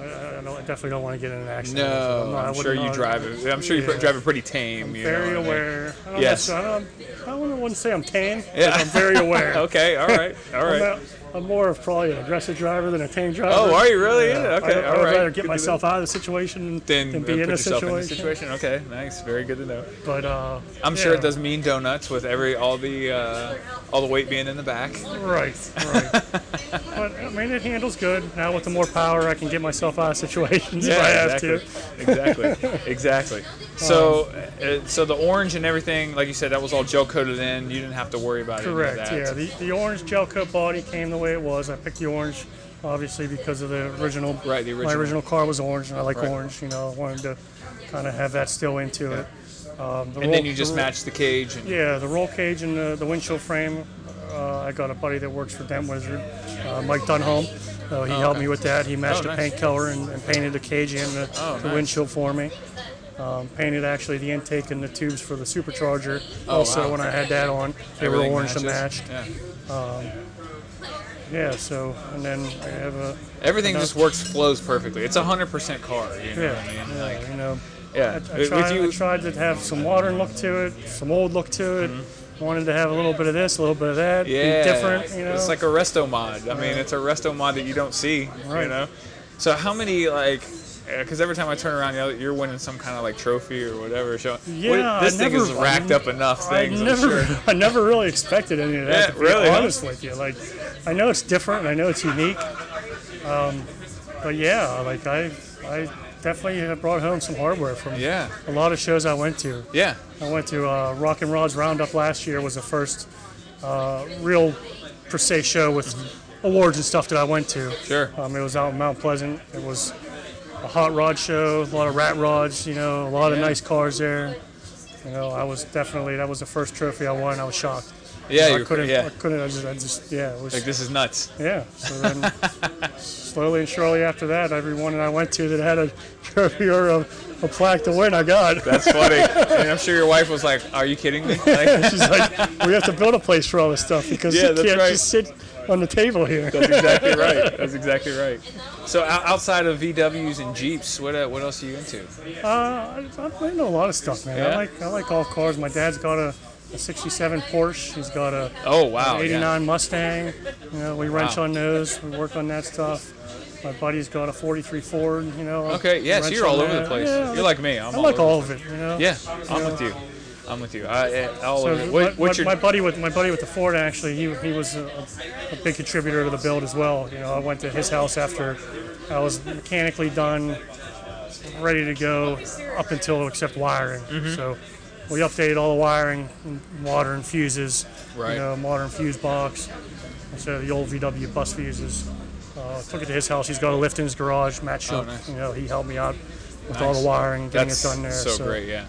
I, I, don't, I definitely don't want to get in an accident.
No,
I'm
I'm,
not- I would
sure you
not-
drive it. I'm sure you
Yeah.
drive it pretty tame. you know
very
what I mean?
aware. I don't
Yes.
necessarily- I, don't, I wouldn't- wouldn't say I'm tame,
Yeah.
but I'm very aware.
Okay. All right. All
I'm,
right.
not- I'm more of probably an aggressive driver than a tame driver.
Oh, are you really? Yeah, okay,
I, I
all
would
right.
rather
Good
get
to
myself out of the situation
Then
than
uh,
be
put
in a
yourself in
situation.
the situation. Okay. Nice. Very good to know.
But uh,
I'm sure
yeah,
it does mean donuts with every all the uh, all the weight being in the back.
Right, right. but I mean, it handles good. Now with the more power, I can get myself out of situations if I have
exactly.
to.
exactly. Exactly. So, uh, so the orange and everything, like you said, that was all gel coated in. You didn't have to worry about
Correct.
any
Yeah.
of that.
The, the orange gel coat body came the way it was. I picked the orange, obviously because of the original.
Right, the
My
original.
original car was orange, and I like
Right.
orange. You know, I wanted to kind of have that still into it. Um, the
And then
roll-
you just
the roll-
matched the cage and
Yeah, the roll cage and the, the windshield frame. Uh, I got a buddy that works for Dent Wizard, uh, Mike Dunholm. So he helped me with that. He matched
Oh, nice.
a paint color and, and painted the cage and the,
Oh,
the
nice.
windshield for me. Um, painted actually the intake and the tubes for the supercharger.
Oh,
also,
wow.
when I had that on, they were
everything
orange to match.
matches. Yeah.
Yeah, so and then I have a
Everything
Enough.
just works, flows perfectly. It's a hundred percent car. You know
yeah,
what I mean?
yeah,
Oh, Like,
you know.
yeah.
I,
With-
I,
with
tried, I
you-
tried to have some modern look to it, some old look to it. Wanted to have a little bit of this, a little bit of that.
Mm-hmm. yeah,
be different. You know,
It's like a resto mod. I mean, it's a resto mod that you don't see. You
Right.
know. So how many like? Because every time I turn around, you know, you're winning some kind of like trophy or whatever. So
Yeah,
what, this
I
thing
never-
is racked up enough
I
things. I'm
never,
sure.
I never really expected any of that.
Yeah,
to be
really, huh?
honest with you, like I know it's different, and I know it's unique, um, but yeah, like I, I definitely have brought home some hardware from
Yeah.
a lot of shows I went to.
Yeah.
I went to uh, Rock and Rod's Roundup last year was the first uh, real per se show with awards and stuff that I went to.
Sure.
Um, it was out in Mount Pleasant. It was a hot rod show, a lot of rat rods, you know, a lot of
Yeah.
nice cars there. You know, I was definitely that was the first trophy I won. I was shocked.
Yeah.
I
you're-
couldn't.
yeah.
I couldn't. I just. I just yeah. It was.
Like this is nuts.
Yeah. So then, slowly and surely after that, everyone that I went to that had a trophy or a, a plaque to win, I got.
That's funny. and I'm sure your wife was like, "Are you kidding me?" Like,
She's like, we have to build a place for all this stuff because
Yeah,
you
that's
can't
right.
just sit on the table here.
that's exactly right. That's exactly right. So o- outside of VWs and Jeeps, what uh, what else are you into?
Uh, I- I'm into a lot of stuff, man.
Yeah?
I like I like all cars. My dad's got a, a '67 Porsche. He's got a
Oh wow.
'89
Yeah.
Mustang. You know, we wrench
Wow.
on those. We work on that stuff. My buddy's got a '43 Ford. You know.
Okay, yeah, so
wrench
you're all
on
over the
that.
place.
Yeah,
You're like me. I'm
I like
over
all of it. You know.
Yeah, I'm with you. I'm with you. I, I- all
So
over. it.
my-
What,
my,
what's your
my buddy with my buddy with the Ford actually he, he was a, a big contributor to the build as well. You know, I went to his house after I was mechanically done, ready to go, up until except wiring.
Mm-hmm.
So we updated all the wiring, modern fuses,
Right.
you know, modern fuse box instead of the old VW bus fuses. Uh, took it to his house. He's got a lift in his garage. Matched
Oh,
up.
nice.
You know, he helped me out with all
Nice.
the wiring, getting
that's
it done there.
so, great. Yeah,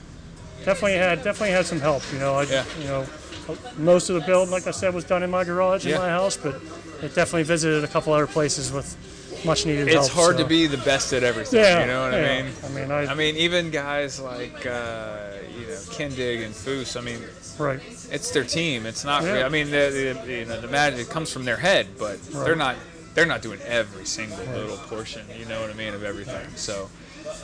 Definitely had definitely had some help. You know, I
Yeah.
you know most of the build, like I said, was done in my garage in
Yeah.
my house, but it definitely visited a couple other places with much needed help.
It's hard
so.
to be the best at everything.
Yeah,
you know what
yeah.
I mean?
I mean, I,
I mean, even guys like uh, you know Kendig and Foose. I mean,
right.
it's their team. It's not.
Yeah.
I mean, the, the, you know, the magic comes from their head, but they're
Right.
not. They're not doing every single little portion. You know what I mean of everything. So,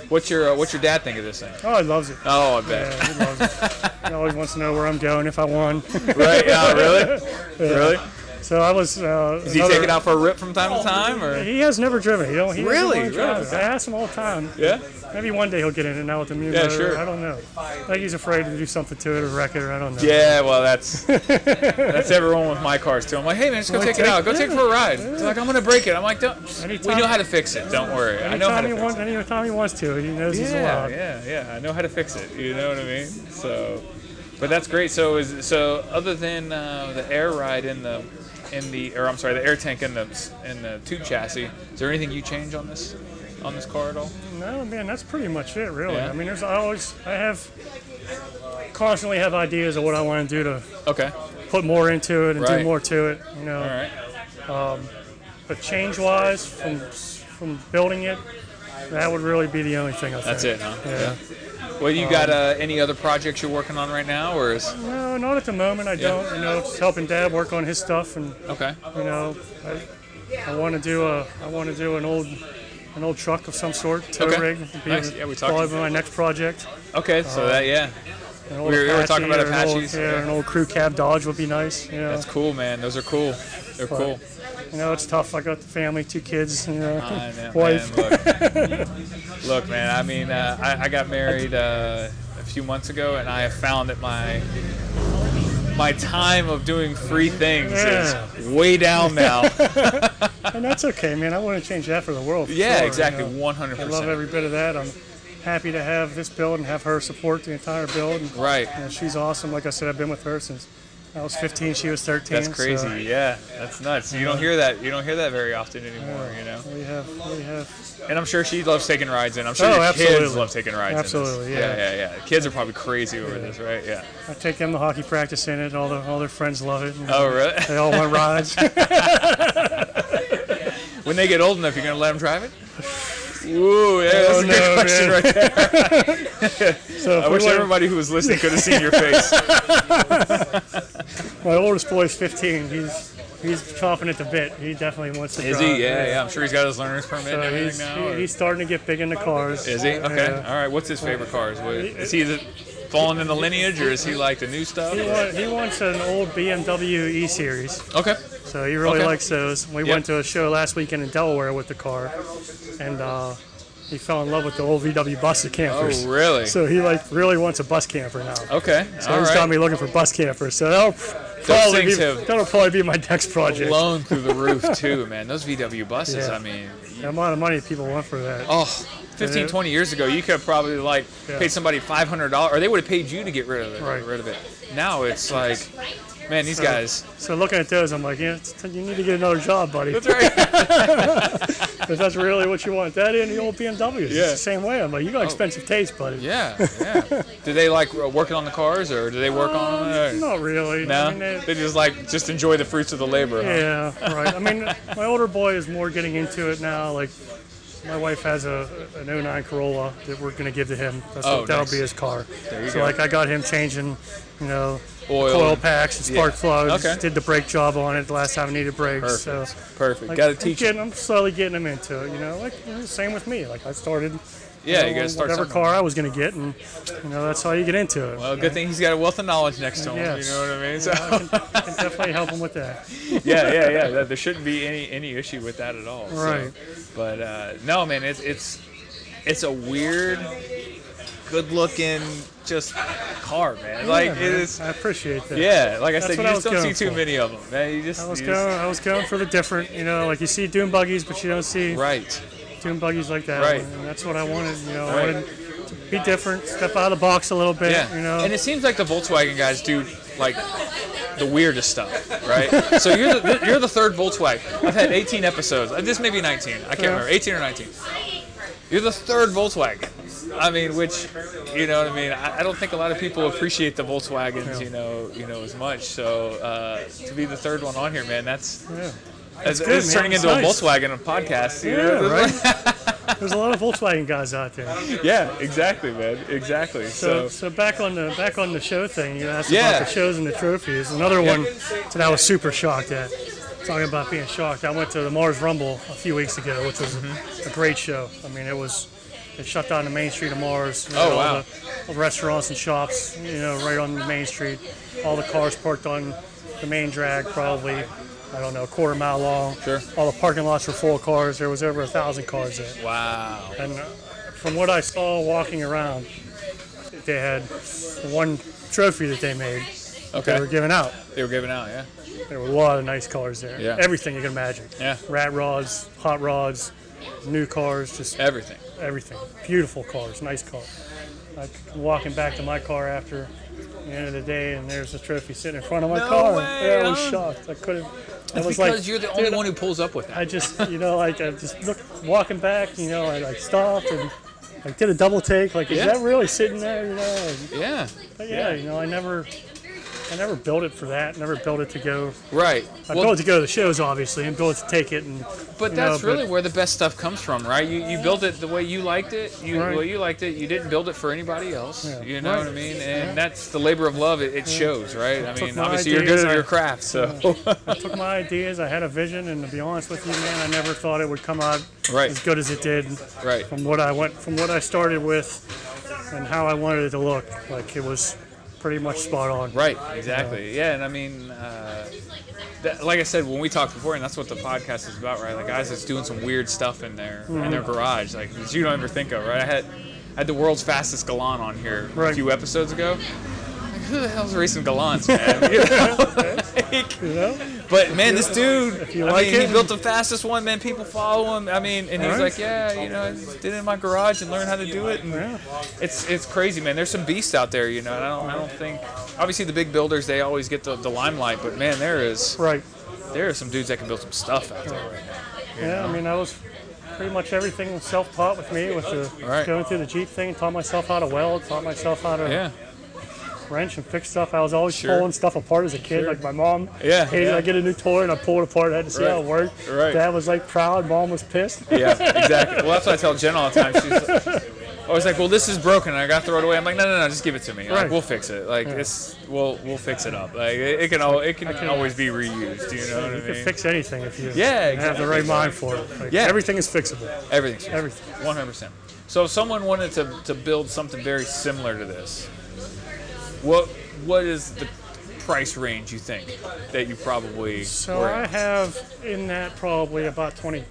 what's your uh, what's your dad think of this thing?
Oh, he loves it.
Oh, I
Yeah,
bet.
he loves it. he always wants to know where I'm going if I won.
right? Yeah. Really? Really?
so I was. Uh,
Does he
another-
take it out for a rip from time to time, or?
He has never driven. He don't. He doesn't
Really?
wanna drive.
Really?
I ask him all the time.
Yeah.
Maybe one day he'll get in it now with the new
Yeah,
motor.
sure.
I don't know. I think he's afraid to do something to it or wreck it or I don't know.
Yeah, well, that's that's everyone with my cars too. I'm like, hey man, just go
Well,
take, it
take-
out, go take it for a ride.
yeah.
It's like, I'm gonna break it. I'm like, don't. we
Anytime-
know how to fix it. Don't worry. I know how to
Anytime he,
fix
wants,
it.
anytime he wants to, he knows he's
Yeah,
allowed.
yeah, yeah. I know how to fix it. You know what I mean? So, but that's great. So is so other than uh, the air ride in the in the or I'm sorry, the air tank in the in the tube chassis. Is there anything you change on this on this car at all?
No, man, that's pretty much it, really.
Yeah.
I mean, there's I always I have constantly have ideas of what I want to do to
Okay.
put more into it and
Right.
do more to it. You know,
All right.
but change wise from from building it, that would really be the only thing I think.
That's it, huh?
Yeah.
Well, you got
Um,
uh, any other projects you're working on right now, or is
No, not at the moment. I don't. You know, just helping Dad work on his stuff, and
okay?
you know, I, I want to do a I want to do an old an old truck of some sort, tow
Okay.
rig. Be
Nice. Yeah, we talked-
probably my next project.
Okay,
uh,
so that yeah,
An old
We were- we were
Apache
talking about
or an old-
Apaches,
yeah,
yeah.
an old crew cab Dodge would be nice. You know,
that's cool, man. Those are cool. They're
But-
cool.
you know it's tough. I got the family, two kids, you know,
I know,
wife.
Man, look, look, man. I mean, uh, I, I got married uh, a few months ago, and I have found that my my time of doing free things
Yeah.
is way down now.
and that's okay, man. I wouldn't change that for the world. for
yeah,
sure, you
exactly,
know.
one hundred
I love
percent.
every bit of that. I'm happy to have this build and have her support the entire build. And,
Right.
you know, she's awesome. Like I said, I've been with her since I was 15. She was 13.
That's
so
crazy. Yeah, that's nuts. You don't hear that. You don't hear that very often anymore. You know.
we have, we have.
And I'm sure she loves taking rides in. I'm sure
Oh,
your kids
absolutely.
love taking rides in.
Absolutely,
this.
yeah.
Yeah, yeah, yeah. Kids are probably crazy over this, right? Yeah.
I take them to hockey practice in it. All their all their friends love it. and
Oh, really?
They all want rides.
When they get old enough, you're gonna let them drive it? Ooh, yeah, that's
Oh,
a good
no,
question
man.
right there.
so if
I
we
wish
went-
everybody who was listening could have seen your face.
my oldest boy's 15. He's he's chomping at the bit. He definitely wants to
Is
drive.
he? Yeah, yeah. I'm sure he's got his learner's permit and
So
everything
he's,
now. or-
he's starting to get big into cars.
is he? Okay.
Yeah.
All right. What's his favorite cars? What, is he the, falling in the lineage, or is he like the new stuff?
He, wa- he wants an old BMW E Series,
Okay.
so he really
Okay.
likes those. We
Yeah.
went to a show last weekend in Delaware with the car, and uh, he fell in love with the old VW bus of
Oh,
campers.
really? Oh,
So he like really wants a bus camper now. So
Okay. All
he's got
right.
me looking for bus campers. So that'll probably be,
things have-
that'll probably be my next project.
Blown through the roof too, man. Those VW buses.
Yeah.
I mean,
The amount of money people want for that.
oh, 15, 20 years ago, you could have probably like
Yeah.
paid somebody five hundred dollars, or they would have paid you to get rid of it.
Right.
Rid of it. Now it's like, man, these
So-
guys.
So looking at those, I'm like, yeah, it's- you need to get another job, buddy.
That's right.
If that's really what you want, that and the old BMWs.
Yeah. Oh.
It's the same way. I'm like, you got expensive taste, buddy.
Yeah, yeah. do they like uh, working on the cars, or do they work on? Them, or-
Um, Not really. I mean,
no,
they-
they just like just enjoy the fruits of the labor. huh?
yeah, right. I mean, my older boy is more getting into it now. Like, my wife has a an 09 Corolla that we're gonna give to him. That's
Oh,
that'll
nice.
be his car.
There you
so
go.
like, I got him changing, you know,
Oil.
coil packs and spark
Yeah.
plugs.
Okay.
Did the brake job on it the last time I needed brakes. So.
Perfect.
Like,
Got to
I'm
teach
getting-
them.
I'm slowly getting him into it. You know, like you know, same with me. Like I started.
Yeah,
know,
you got to start
whatever
somewhere.
car I was gonna get, and you know that's how you get into it.
Well, good thing he's got a wealth of knowledge next to him.
Yes.
You know what I mean?
I
So
can, I can definitely help him with that.
yeah, yeah, yeah. that- There shouldn't be any any issue with that at all. so.
Right.
But uh, no, man, it's it's it's a weird, good looking just car, man. like
Yeah,
it
man.
is.
I appreciate that.
Yeah, like I
That's
said, you
what I
just
was
don't see
going
too
for.
many of them, man. You just,
I was
you just-
going. I was going for the different. You know, like you see dune buggies, but you don't see
right.
dune buggies like that.
Right.
And that's what I wanted. You know,
Right.
I wanted to be different, step out of the box a little bit.
Yeah,
You know.
and it seems like the Volkswagen guys do like the weirdest stuff, right? so you're the you're the third Volkswagen. I've had 18 episodes. Uh, This may be 19. I can't
Yeah.
remember. 18 or 19. You're the third Volkswagen. I mean, which you know what I mean. I, I don't think a lot of people appreciate the Volkswagens, you know, you know as much. So uh, to be the third one on here, man, that's
yeah.
It's,
good,
it's
man.
turning
It's
into
nice.
a Volkswagen podcast. you know?
Yeah, right. There's a lot of Volkswagen guys out there.
yeah, exactly, man. Exactly. So,
So, so back on the back on the show thing, you asked
Yeah.
about the shows and the trophies. Another one that I was super shocked at. Talking about being shocked, I went to the Mars Rumble a few weeks ago, which was
Mm-hmm.
a great show. I mean, it was it shut down the main street of Mars. You
Oh,
all
wow.
the- all the restaurants and shops, you know, right on the main street. All the cars parked on the main drag, probably I don't know, a quarter mile long.
Sure.
All the parking lots were full of cars. There was over a thousand cars there.
wow.
And uh, from what I saw walking around, they had one trophy that they made they were
Okay.
giving out.
They were giving out, yeah.
There were a lot of nice cars there.
Yeah.
Everything you can imagine.
Yeah.
Rat rods, hot rods, new cars, just
Everything.
everything. Beautiful cars, nice cars. Like walking back to my car after the end of the day, and there's a trophy sitting in front of my
No
car.
way,
Yeah, I was
huh?
shocked. I couldn't. I was
because
like,
you're the
dude,
only one who pulls up with that.
I just, you know, like I just looked walking back, you know, I like stopped and like did a double take, like is
Yeah.
that really sitting there, you know? And,
Yeah.
but yeah, you know, I never, I never built it for that. Never built it to go.
Right.
I
Well,
built it to go to the shows, obviously, and built it to take it. And
but
you
that's
know,
really where the best stuff comes from, right? You you built it the way you liked it. You
Right.
the way you liked it. You didn't build it for anybody else.
Yeah.
You know
Right.
what I mean? And that's the labor of love. It, it shows, right? I
took
mean,
my
obviously you're good at
ideas,
your
I-
craft, so
I took my ideas. I had a vision, and to be honest with you, man, I never thought it would come out
Right.
as good as it did.
right.
From what I went, from what I started with, and how I wanted it to look, like it was pretty much spot on.
Right, exactly. Yeah, and I mean, uh, that, like I said, when we talked before, and that's what the podcast is about, right? Like guys that's doing some weird stuff in their in
Mm-hmm.
their garage, like that you don't ever think of, right? I had I had the world's fastest Galan on here a
Right.
few episodes ago. Like, who the hell's racing Galans, man? You know? Like,
You know?
but man, this dude,
you
I
like
mean, he
it-
built the fastest one, man. People follow him. I mean, and he's
Alright.
like, yeah, you know, I just did it in my garage and learned how to do it. And
Yeah.
it's it's crazy, man. There's some beasts out there, you know. And I don't I don't think obviously the big builders they always get the, the limelight, but man, there is
Right.
there are some dudes that can build some stuff out there. Right now.
Yeah, I mean, I was pretty much everything was self-taught with me, with the
Right.
going through the Jeep thing. Taught myself how to weld, taught myself how to
Yeah,
wrench and fix stuff. I was always
Sure.
pulling stuff apart as a kid. Like my mom,
Yeah,
hated
yeah.
I get a new toy and I pull it apart. I had to see how
Right,
it worked.
right.
Dad was like proud. Mom was pissed.
yeah, exactly. Well, that's what I tell Jen all the time. She's always like, "Well, this is broken. and I got to throw it away." I'm like, "No, no, no, just give it to me. Like,
Right.
we'll fix it. Like it's we'll we'll fix it up. Like it, it can all it can, always be reused. Do you know
You
what I
can
mean?
fix anything if you
Yeah,
have
exactly.
the right mind for it. Like,
Yeah.
everything is fixable.
Everything's
Everything.
One hundred percent. So if someone wanted to, to build something very similar to this, what what is the price range you think that you probably
So
were
I
at?
have in that probably about 20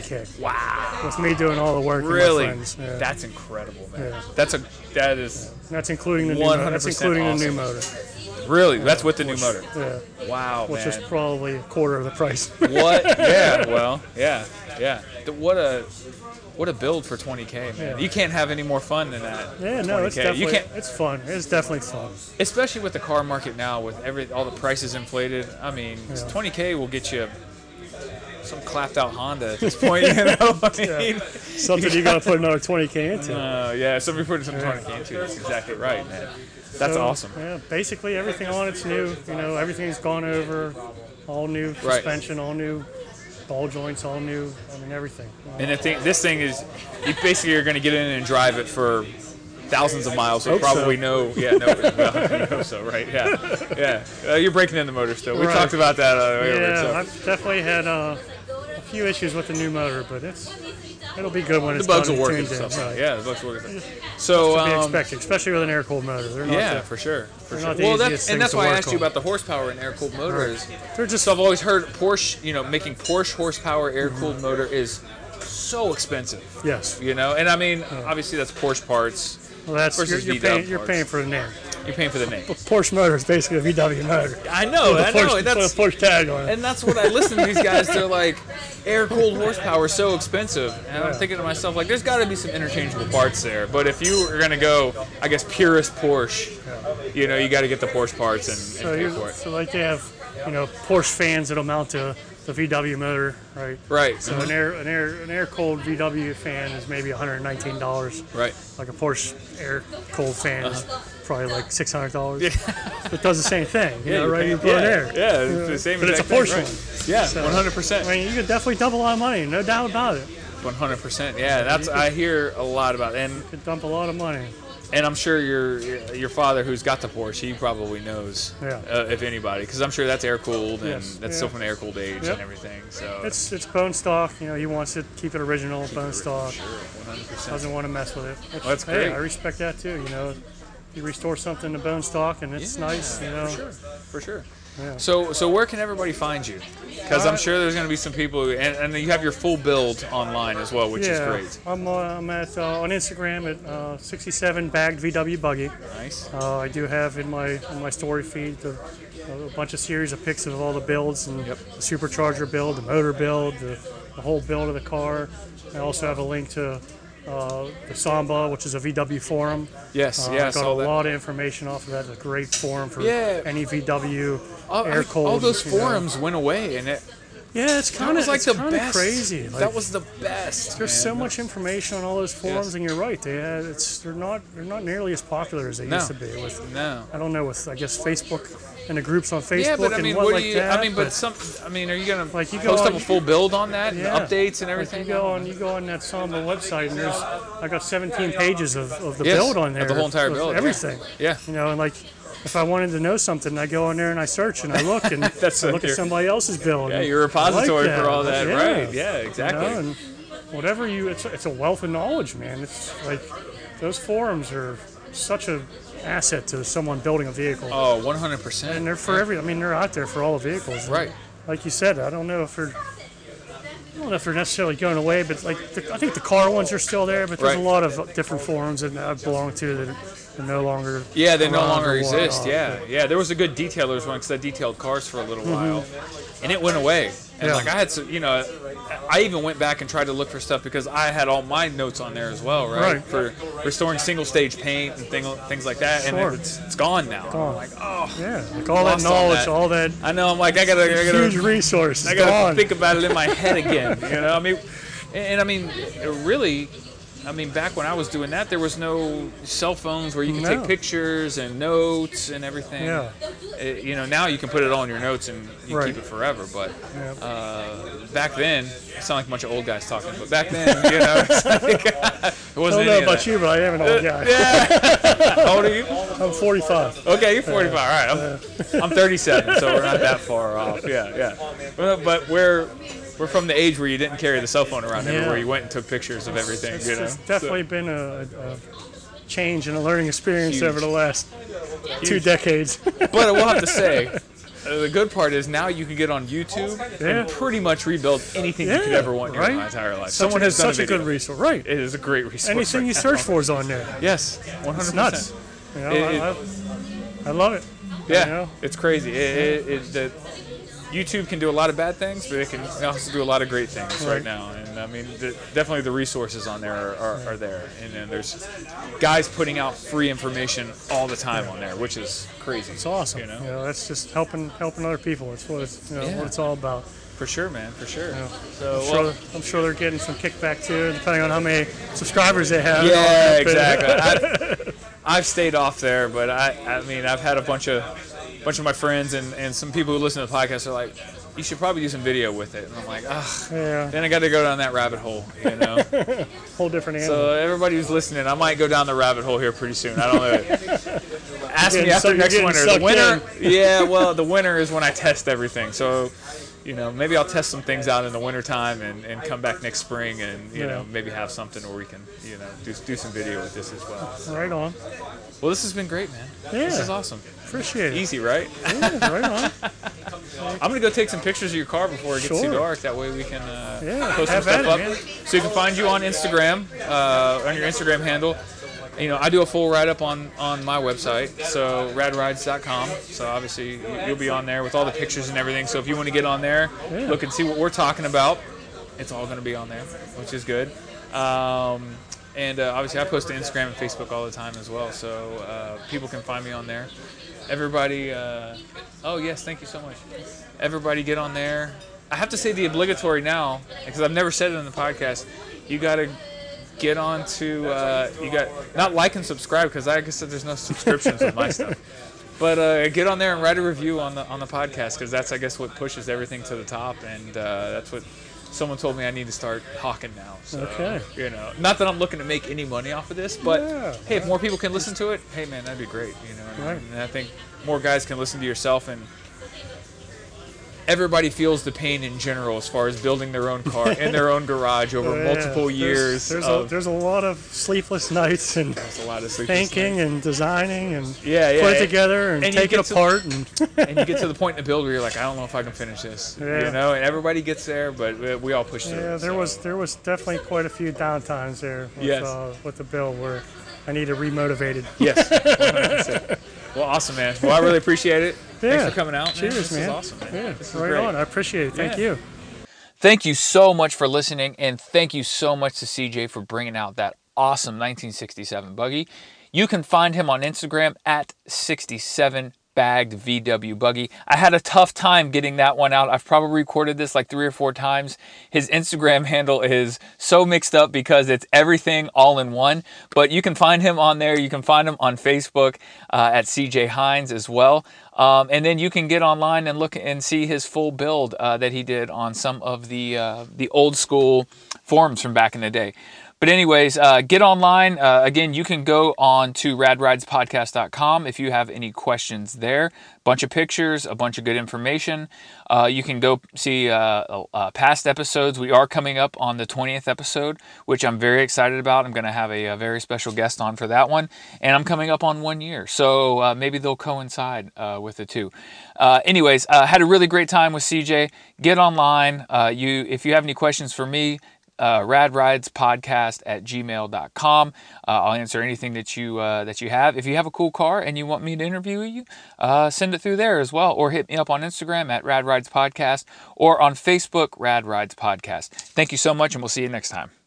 k
Wow.
with me doing all the work. and my
Really?
friends. Yeah.
That's incredible, man.
Yeah.
That's a that is
And that's including the new motor. That's
100%
including the
awesome.
new motor.
really that's with the new motor.
Yeah.
Wow,
Which
man.
is probably a quarter of the price.
what? Yeah. Well. Yeah. Yeah. Th- What a what a build for 20k, man.
Yeah.
You can't have any more fun than that.
Yeah, no,
20K.
it's definitely
You can't.
it's fun. It's definitely fun.
especially with the car market now with every all the prices inflated i mean 20k will get you some clapped out honda at this point you know what I mean?
Something you got to put another 20k into.
Uh, yeah somebody put some 20k into it. that's exactly right man that's
So,
awesome
Yeah, basically everything on it's new. You know, everything's gone over. All new
Right.
suspension, all new ball joints, all new. I mean everything.
and the thing, this thing is you basically are going to get in and drive it for thousands of miles so
Hope so.
probably no yeah no well, you hope so right yeah yeah uh, you're breaking in the motor still we
Right.
talked about that uh, earlier,
yeah,
so.
I've definitely had uh, a few issues with the new motor, but it's it'll be good when
the
it's
bugs
done
will
and
work
tuned in.
itself out.
Right.
yeah the bugs will work itself so
To be
um,
expected, especially with an air cooled motor. They're not
Yeah,
the-
for sure. For
They're
sure.
not the
Well,
easiest
that's,
things
and that's
to
why I
work
asked you
on.
about the horsepower in air-cooled motors.
they're just
So I've always heard Porsche, you know, making Porsche horsepower air-cooled motor is so expensive,
yes.
you know. And I mean, obviously that's Porsche parts.
Well, that's
Versus
you're, you're,
VW
paying, you're
parts.
paying for the name.
You're paying for the name.
Porsche motor is basically a VW motor.
I know, I
Porsche,
know. and
put a
That's
Porsche tag on it.
and that's what I listen to these guys. They're like, air-cooled horsepower is so expensive, and I'm thinking to myself, like, there's got to be some interchangeable parts there. But if you are gonna go, I guess purist Porsche, you know, you got to get the Porsche parts and,
So,
and pay
you
for it.
so like they have, you know, Porsche fans that'll mount a It's a VW motor, right?
Right.
So an air, an air, an air cooled VW fan is maybe 119 dollars.
Right.
Like a Porsche air cooled fan is
Uh-huh.
probably like 600 dollars. It does the same thing, you know,
you're
right?
paying-
You're blowing
yeah,
air.
Yeah, it's the same
But it's a
exact thing,
Porsche
right.
one.
Yeah,
So-
100%.
I mean, you could definitely dump a lot of money, no doubt about it.
100%. Yeah, that's I hear a lot about and
Could dump a lot of money.
and I'm sure your your father who's got the Porsche, he probably knows
Yeah.
uh, if anybody cuz I'm sure that's air cooled and
Yes,
that's
yeah.
still from an air cooled age
Yep.
and everything. So
It's it's bone stock. You know, he wants it. Keep it original, bone stock.
sure 100%.
Doesn't want to mess with it. Which,
Well, that's
hey,
great.
I respect that too. You know, you restore something to bone stock, and it's nice. You know,
For sure. For sure.
Yeah. Uh,
So, so where can everybody find you? Because I'm sure there's going to be some people, who, and, and you have your full build online as well, which
yeah.
is
I'm uh, I'm at uh, on Instagram at uh, 67 bagged VW buggy.
great. Nice.
Uh, I do have in my in my story feed the, a bunch of series of pics of all the builds and
Yep.
the supercharger build, the motor build, the, the whole build of the car. I also have a link to uh, the Samba, which is a VW forum.
Yes,
Uh,
yeah, I
I got a
saw that.
lot of information off of that. It's a great forum for
Yeah.
any VW
All,
air
all-
cold.
all those
you know.
forums went away, and it
Yeah, it's
that
kind
was
of
like
it's
the
kinda
best.
crazy. Like,
that was the best.
there's
man.
so much information on all those forums,
Yes.
and you're right. They had, it's they're not they're not nearly as popular as they
No.
used to be with
No.
I don't know with I guess Facebook and the groups on Facebook
Yeah, but I
and
mean,
what,
what
like
do you?
that.
I mean, but some. I mean, are you going
Like, you
to
go
post
on-
up a full build on that, and
yeah.
updates and
Like,
everything?
you go on you go on that Samba website and there's I got 17 pages of, of the
Yes,
build on
of
there,
the whole entire
of
build, yeah.
everything.
Yeah.
you know, and like if I wanted to know something, I go on there and I search and I look and
That's
I
what
look at
you're-
somebody else's build.
Yeah,
and
your
I like
repository for all that,
yeah.
right? Yeah,
You know,
exactly.
and whatever you, it's it's a wealth of knowledge, man. It's like those forums are such a asset to someone building a vehicle.
oh, 100. percent
and they're for every. I mean, they're out there for all the vehicles. And
Right.
Like you said, I don't know if they're. I don't know if they're necessarily going away, but like the, I think the car ones are still there. But there's
Right.
a lot of different forums that I belong to that are no longer.
Yeah, they no
around
longer
or
exist.
whatnot.
Yeah, yeah. There was a good detailers one because I detailed cars for a little while, and it went away. And
Mm-hmm. Yeah.
like I had some, you know, I even went back and tried to look for stuff because I had all my notes on there as well, right?
Right.
For restoring single stage paint and thing, things like that.
Sure.
And it's, it's gone now.
Gone.
I'm like, oh,
Yeah, like all that
Lost on
knowledge,
that.
all that
I know. I'm like, I gotta, I
huge
gotta,
resource is
I gotta
gone.
think about it in my head again. You know, I mean, and, and I mean, it really. I mean, back when I was doing that, there was no cell phones where you could
No.
take pictures and notes and everything
yeah,
it, you know now you can put it all in your notes and you
Right.
keep it forever but
yeah.
uh, back then I sound like a bunch of old guys talking but back then you know it's like, it
I don't
wasn't
know
any of
about
that.
you, but I am an old guy.
how old are you
I'm 45.
okay you're 45 all right I'm, I'm 37 so we're not that far off yeah yeah Well, but we're we're from the age where you didn't carry the cell phone around everywhere you went and took pictures of everything
It's,
you know
it's definitely been a, a change and a learning experience
Huge.
over the last two decades.
but I will have to say, uh, the good part is now you can get on YouTube
Yeah.
and pretty much rebuld anything you could
Yeah,
ever want in
right?
your entire life.
Such
Someone
a,
has done
such a,
a,
good
video.
resource, right?
It is a great resource.
Anything
right
you
now.
search for is on there.
Yes, 100%.
It's nuts. You know,
It-
I-
it-
I, I love it.
Yeah,
You know?
it's crazy. It, it, it, the, YouTube can do a lot of bad things, but it can also do a lot of great things right,
Right.
now. And I mean, the, definitely the resources on there are, are, are there. And then there's guys putting out free information all the time on there, which is crazy.
It's awesome.
You know?
You know, that's just helping helping other people. It's what it's, you know,
Yeah.
what it's all about.
For sure, man. For sure.
Yeah.
So,
I'm,
well-
sure, I'm sure they're getting some kickback too, depending on how many subscribers they have.
Yeah,
But-
exactly. I've, I've stayed off there, but I, I mean, I've had a bunch of, bunch of my friends and, and some people who listen to the podcast are like, you should probably do some video with it, and I'm like, ah.
yeah,
Then I got to go down that rabbit hole, you know.
whole different animal.
so everybody who's listening, I might go down the rabbit hole here pretty soon. I don't know. Ask
You're
me
getting
after
sucked-
next
you're
winter.
getting
The winter,
sucked
yeah. Well, the winter is when I test everything. So, you know, maybe I'll test some things out in the wintertime and, and come back next spring and you
Yeah.
know maybe have something where we can you know do, do some video with this as well.
right on.
Well, this has been great, man. This
Yeah.
is awesome.
Appreciate it.
Easy, right?
Yeah, right on.
I'm gonna go take some pictures of your car before it gets too
Sure.
dark. That way we can uh,
Yeah,
post some
have at
stuff up.
it, man.
So you can find you on Instagram, uh, on your Instagram handle. You know, I do a full write up on on my website, so radrides.com. So obviously you- you'll be on there with all the pictures and everything. So if you want to get on there,
Yeah.
look and see what we're talking about. It's all gonna be on there, which is good. Um, and uh, obviously, I post to Instagram and Facebook all the time as well, so uh, people can find me on there. Everybody, uh, oh yes, thank you so much. Everybody, get on there,
I have to say the obligatory now because I've never said it on the podcast. You gotta get on to uh, you got not like and subscribe because I guess there's no subscriptions with my stuff. But uh, get on there and write a review on the on the podcast because that's I guess what pushes everything to the top and uh, that's what someone told me I need to start hawking now. So,
Okay.
You know, not that I'm looking to make any money off of this, but
Yeah.
hey, if more people can listen to it, hey man, that'd be great. You know, what I mean?
Right.
and I think more guys can listen to yourself and everybody feels the pain in general as far as building their own car in their own garage over
Yeah,
multiple
there's-
years
There's,
of
a, there's a lot of sleepless nights and
there's a lot of sleepless
thinking
nights.
and designing and
Yeah, yeah,
put it
yeah.
together and,
And you
take it
get to-
apart and
and you get to the point in the build where you're like, I don't know if I can finish this.
Yeah.
You know, and everybody gets there, but we- we all push through.
yeah, there
so.
was there was definitely quite a few downtimes there with,
Yes.
uh, with the build where I needed remotivated.
Yes. 100%. well, awesome, man. Well, I really appreciate it. Thanks
Yeah.
for coming out.
Cheers,
man. This
man.
is awesome, man.
Yeah,
This is
right
great.
on. I appreciate it. Thank
Yeah.
you.
Thank you so much for listening, and thank you so much to CJ for bringing out that awesome 1967 buggy. You can find him on Instagram at 67 bagged VW buggy. I had a tough time getting that one out. I've probably recorded this like three or four times. His Instagram handle is so mixed up because it's everything all in one, but you can find him on there. You can find him on Facebook uh, at CJ Hines as well. Um, and then you can get online and look and see his full build uh, that he did on some of the uh, the old school forums from back in the day. But anyways, uh, get online. Uh, again, you can go on to radridespodcast.com if you have any questions there. Bunch of pictures, a bunch of good information. Uh, you can go see uh, uh, past episodes. We are coming up on the 20th episode, which I'm very excited about. I'm going to have a, a very special guest on for that one. And I'm coming up on one year. So uh, maybe they'll coincide uh, with the two. Uh, anyways, uh, had a really great time with CJ. Get online. Uh, you, If you have any questions for me, uh, radridespodcast at gmail.com. Uh, I'll answer anything that you uh, that you have. If you have a cool car and you want me to interview you, uh, send it through there as well, or hit me up on Instagram at radridespodcast or on Facebook, Rad Rides Podcast. Thank you so much, and we'll see you next time.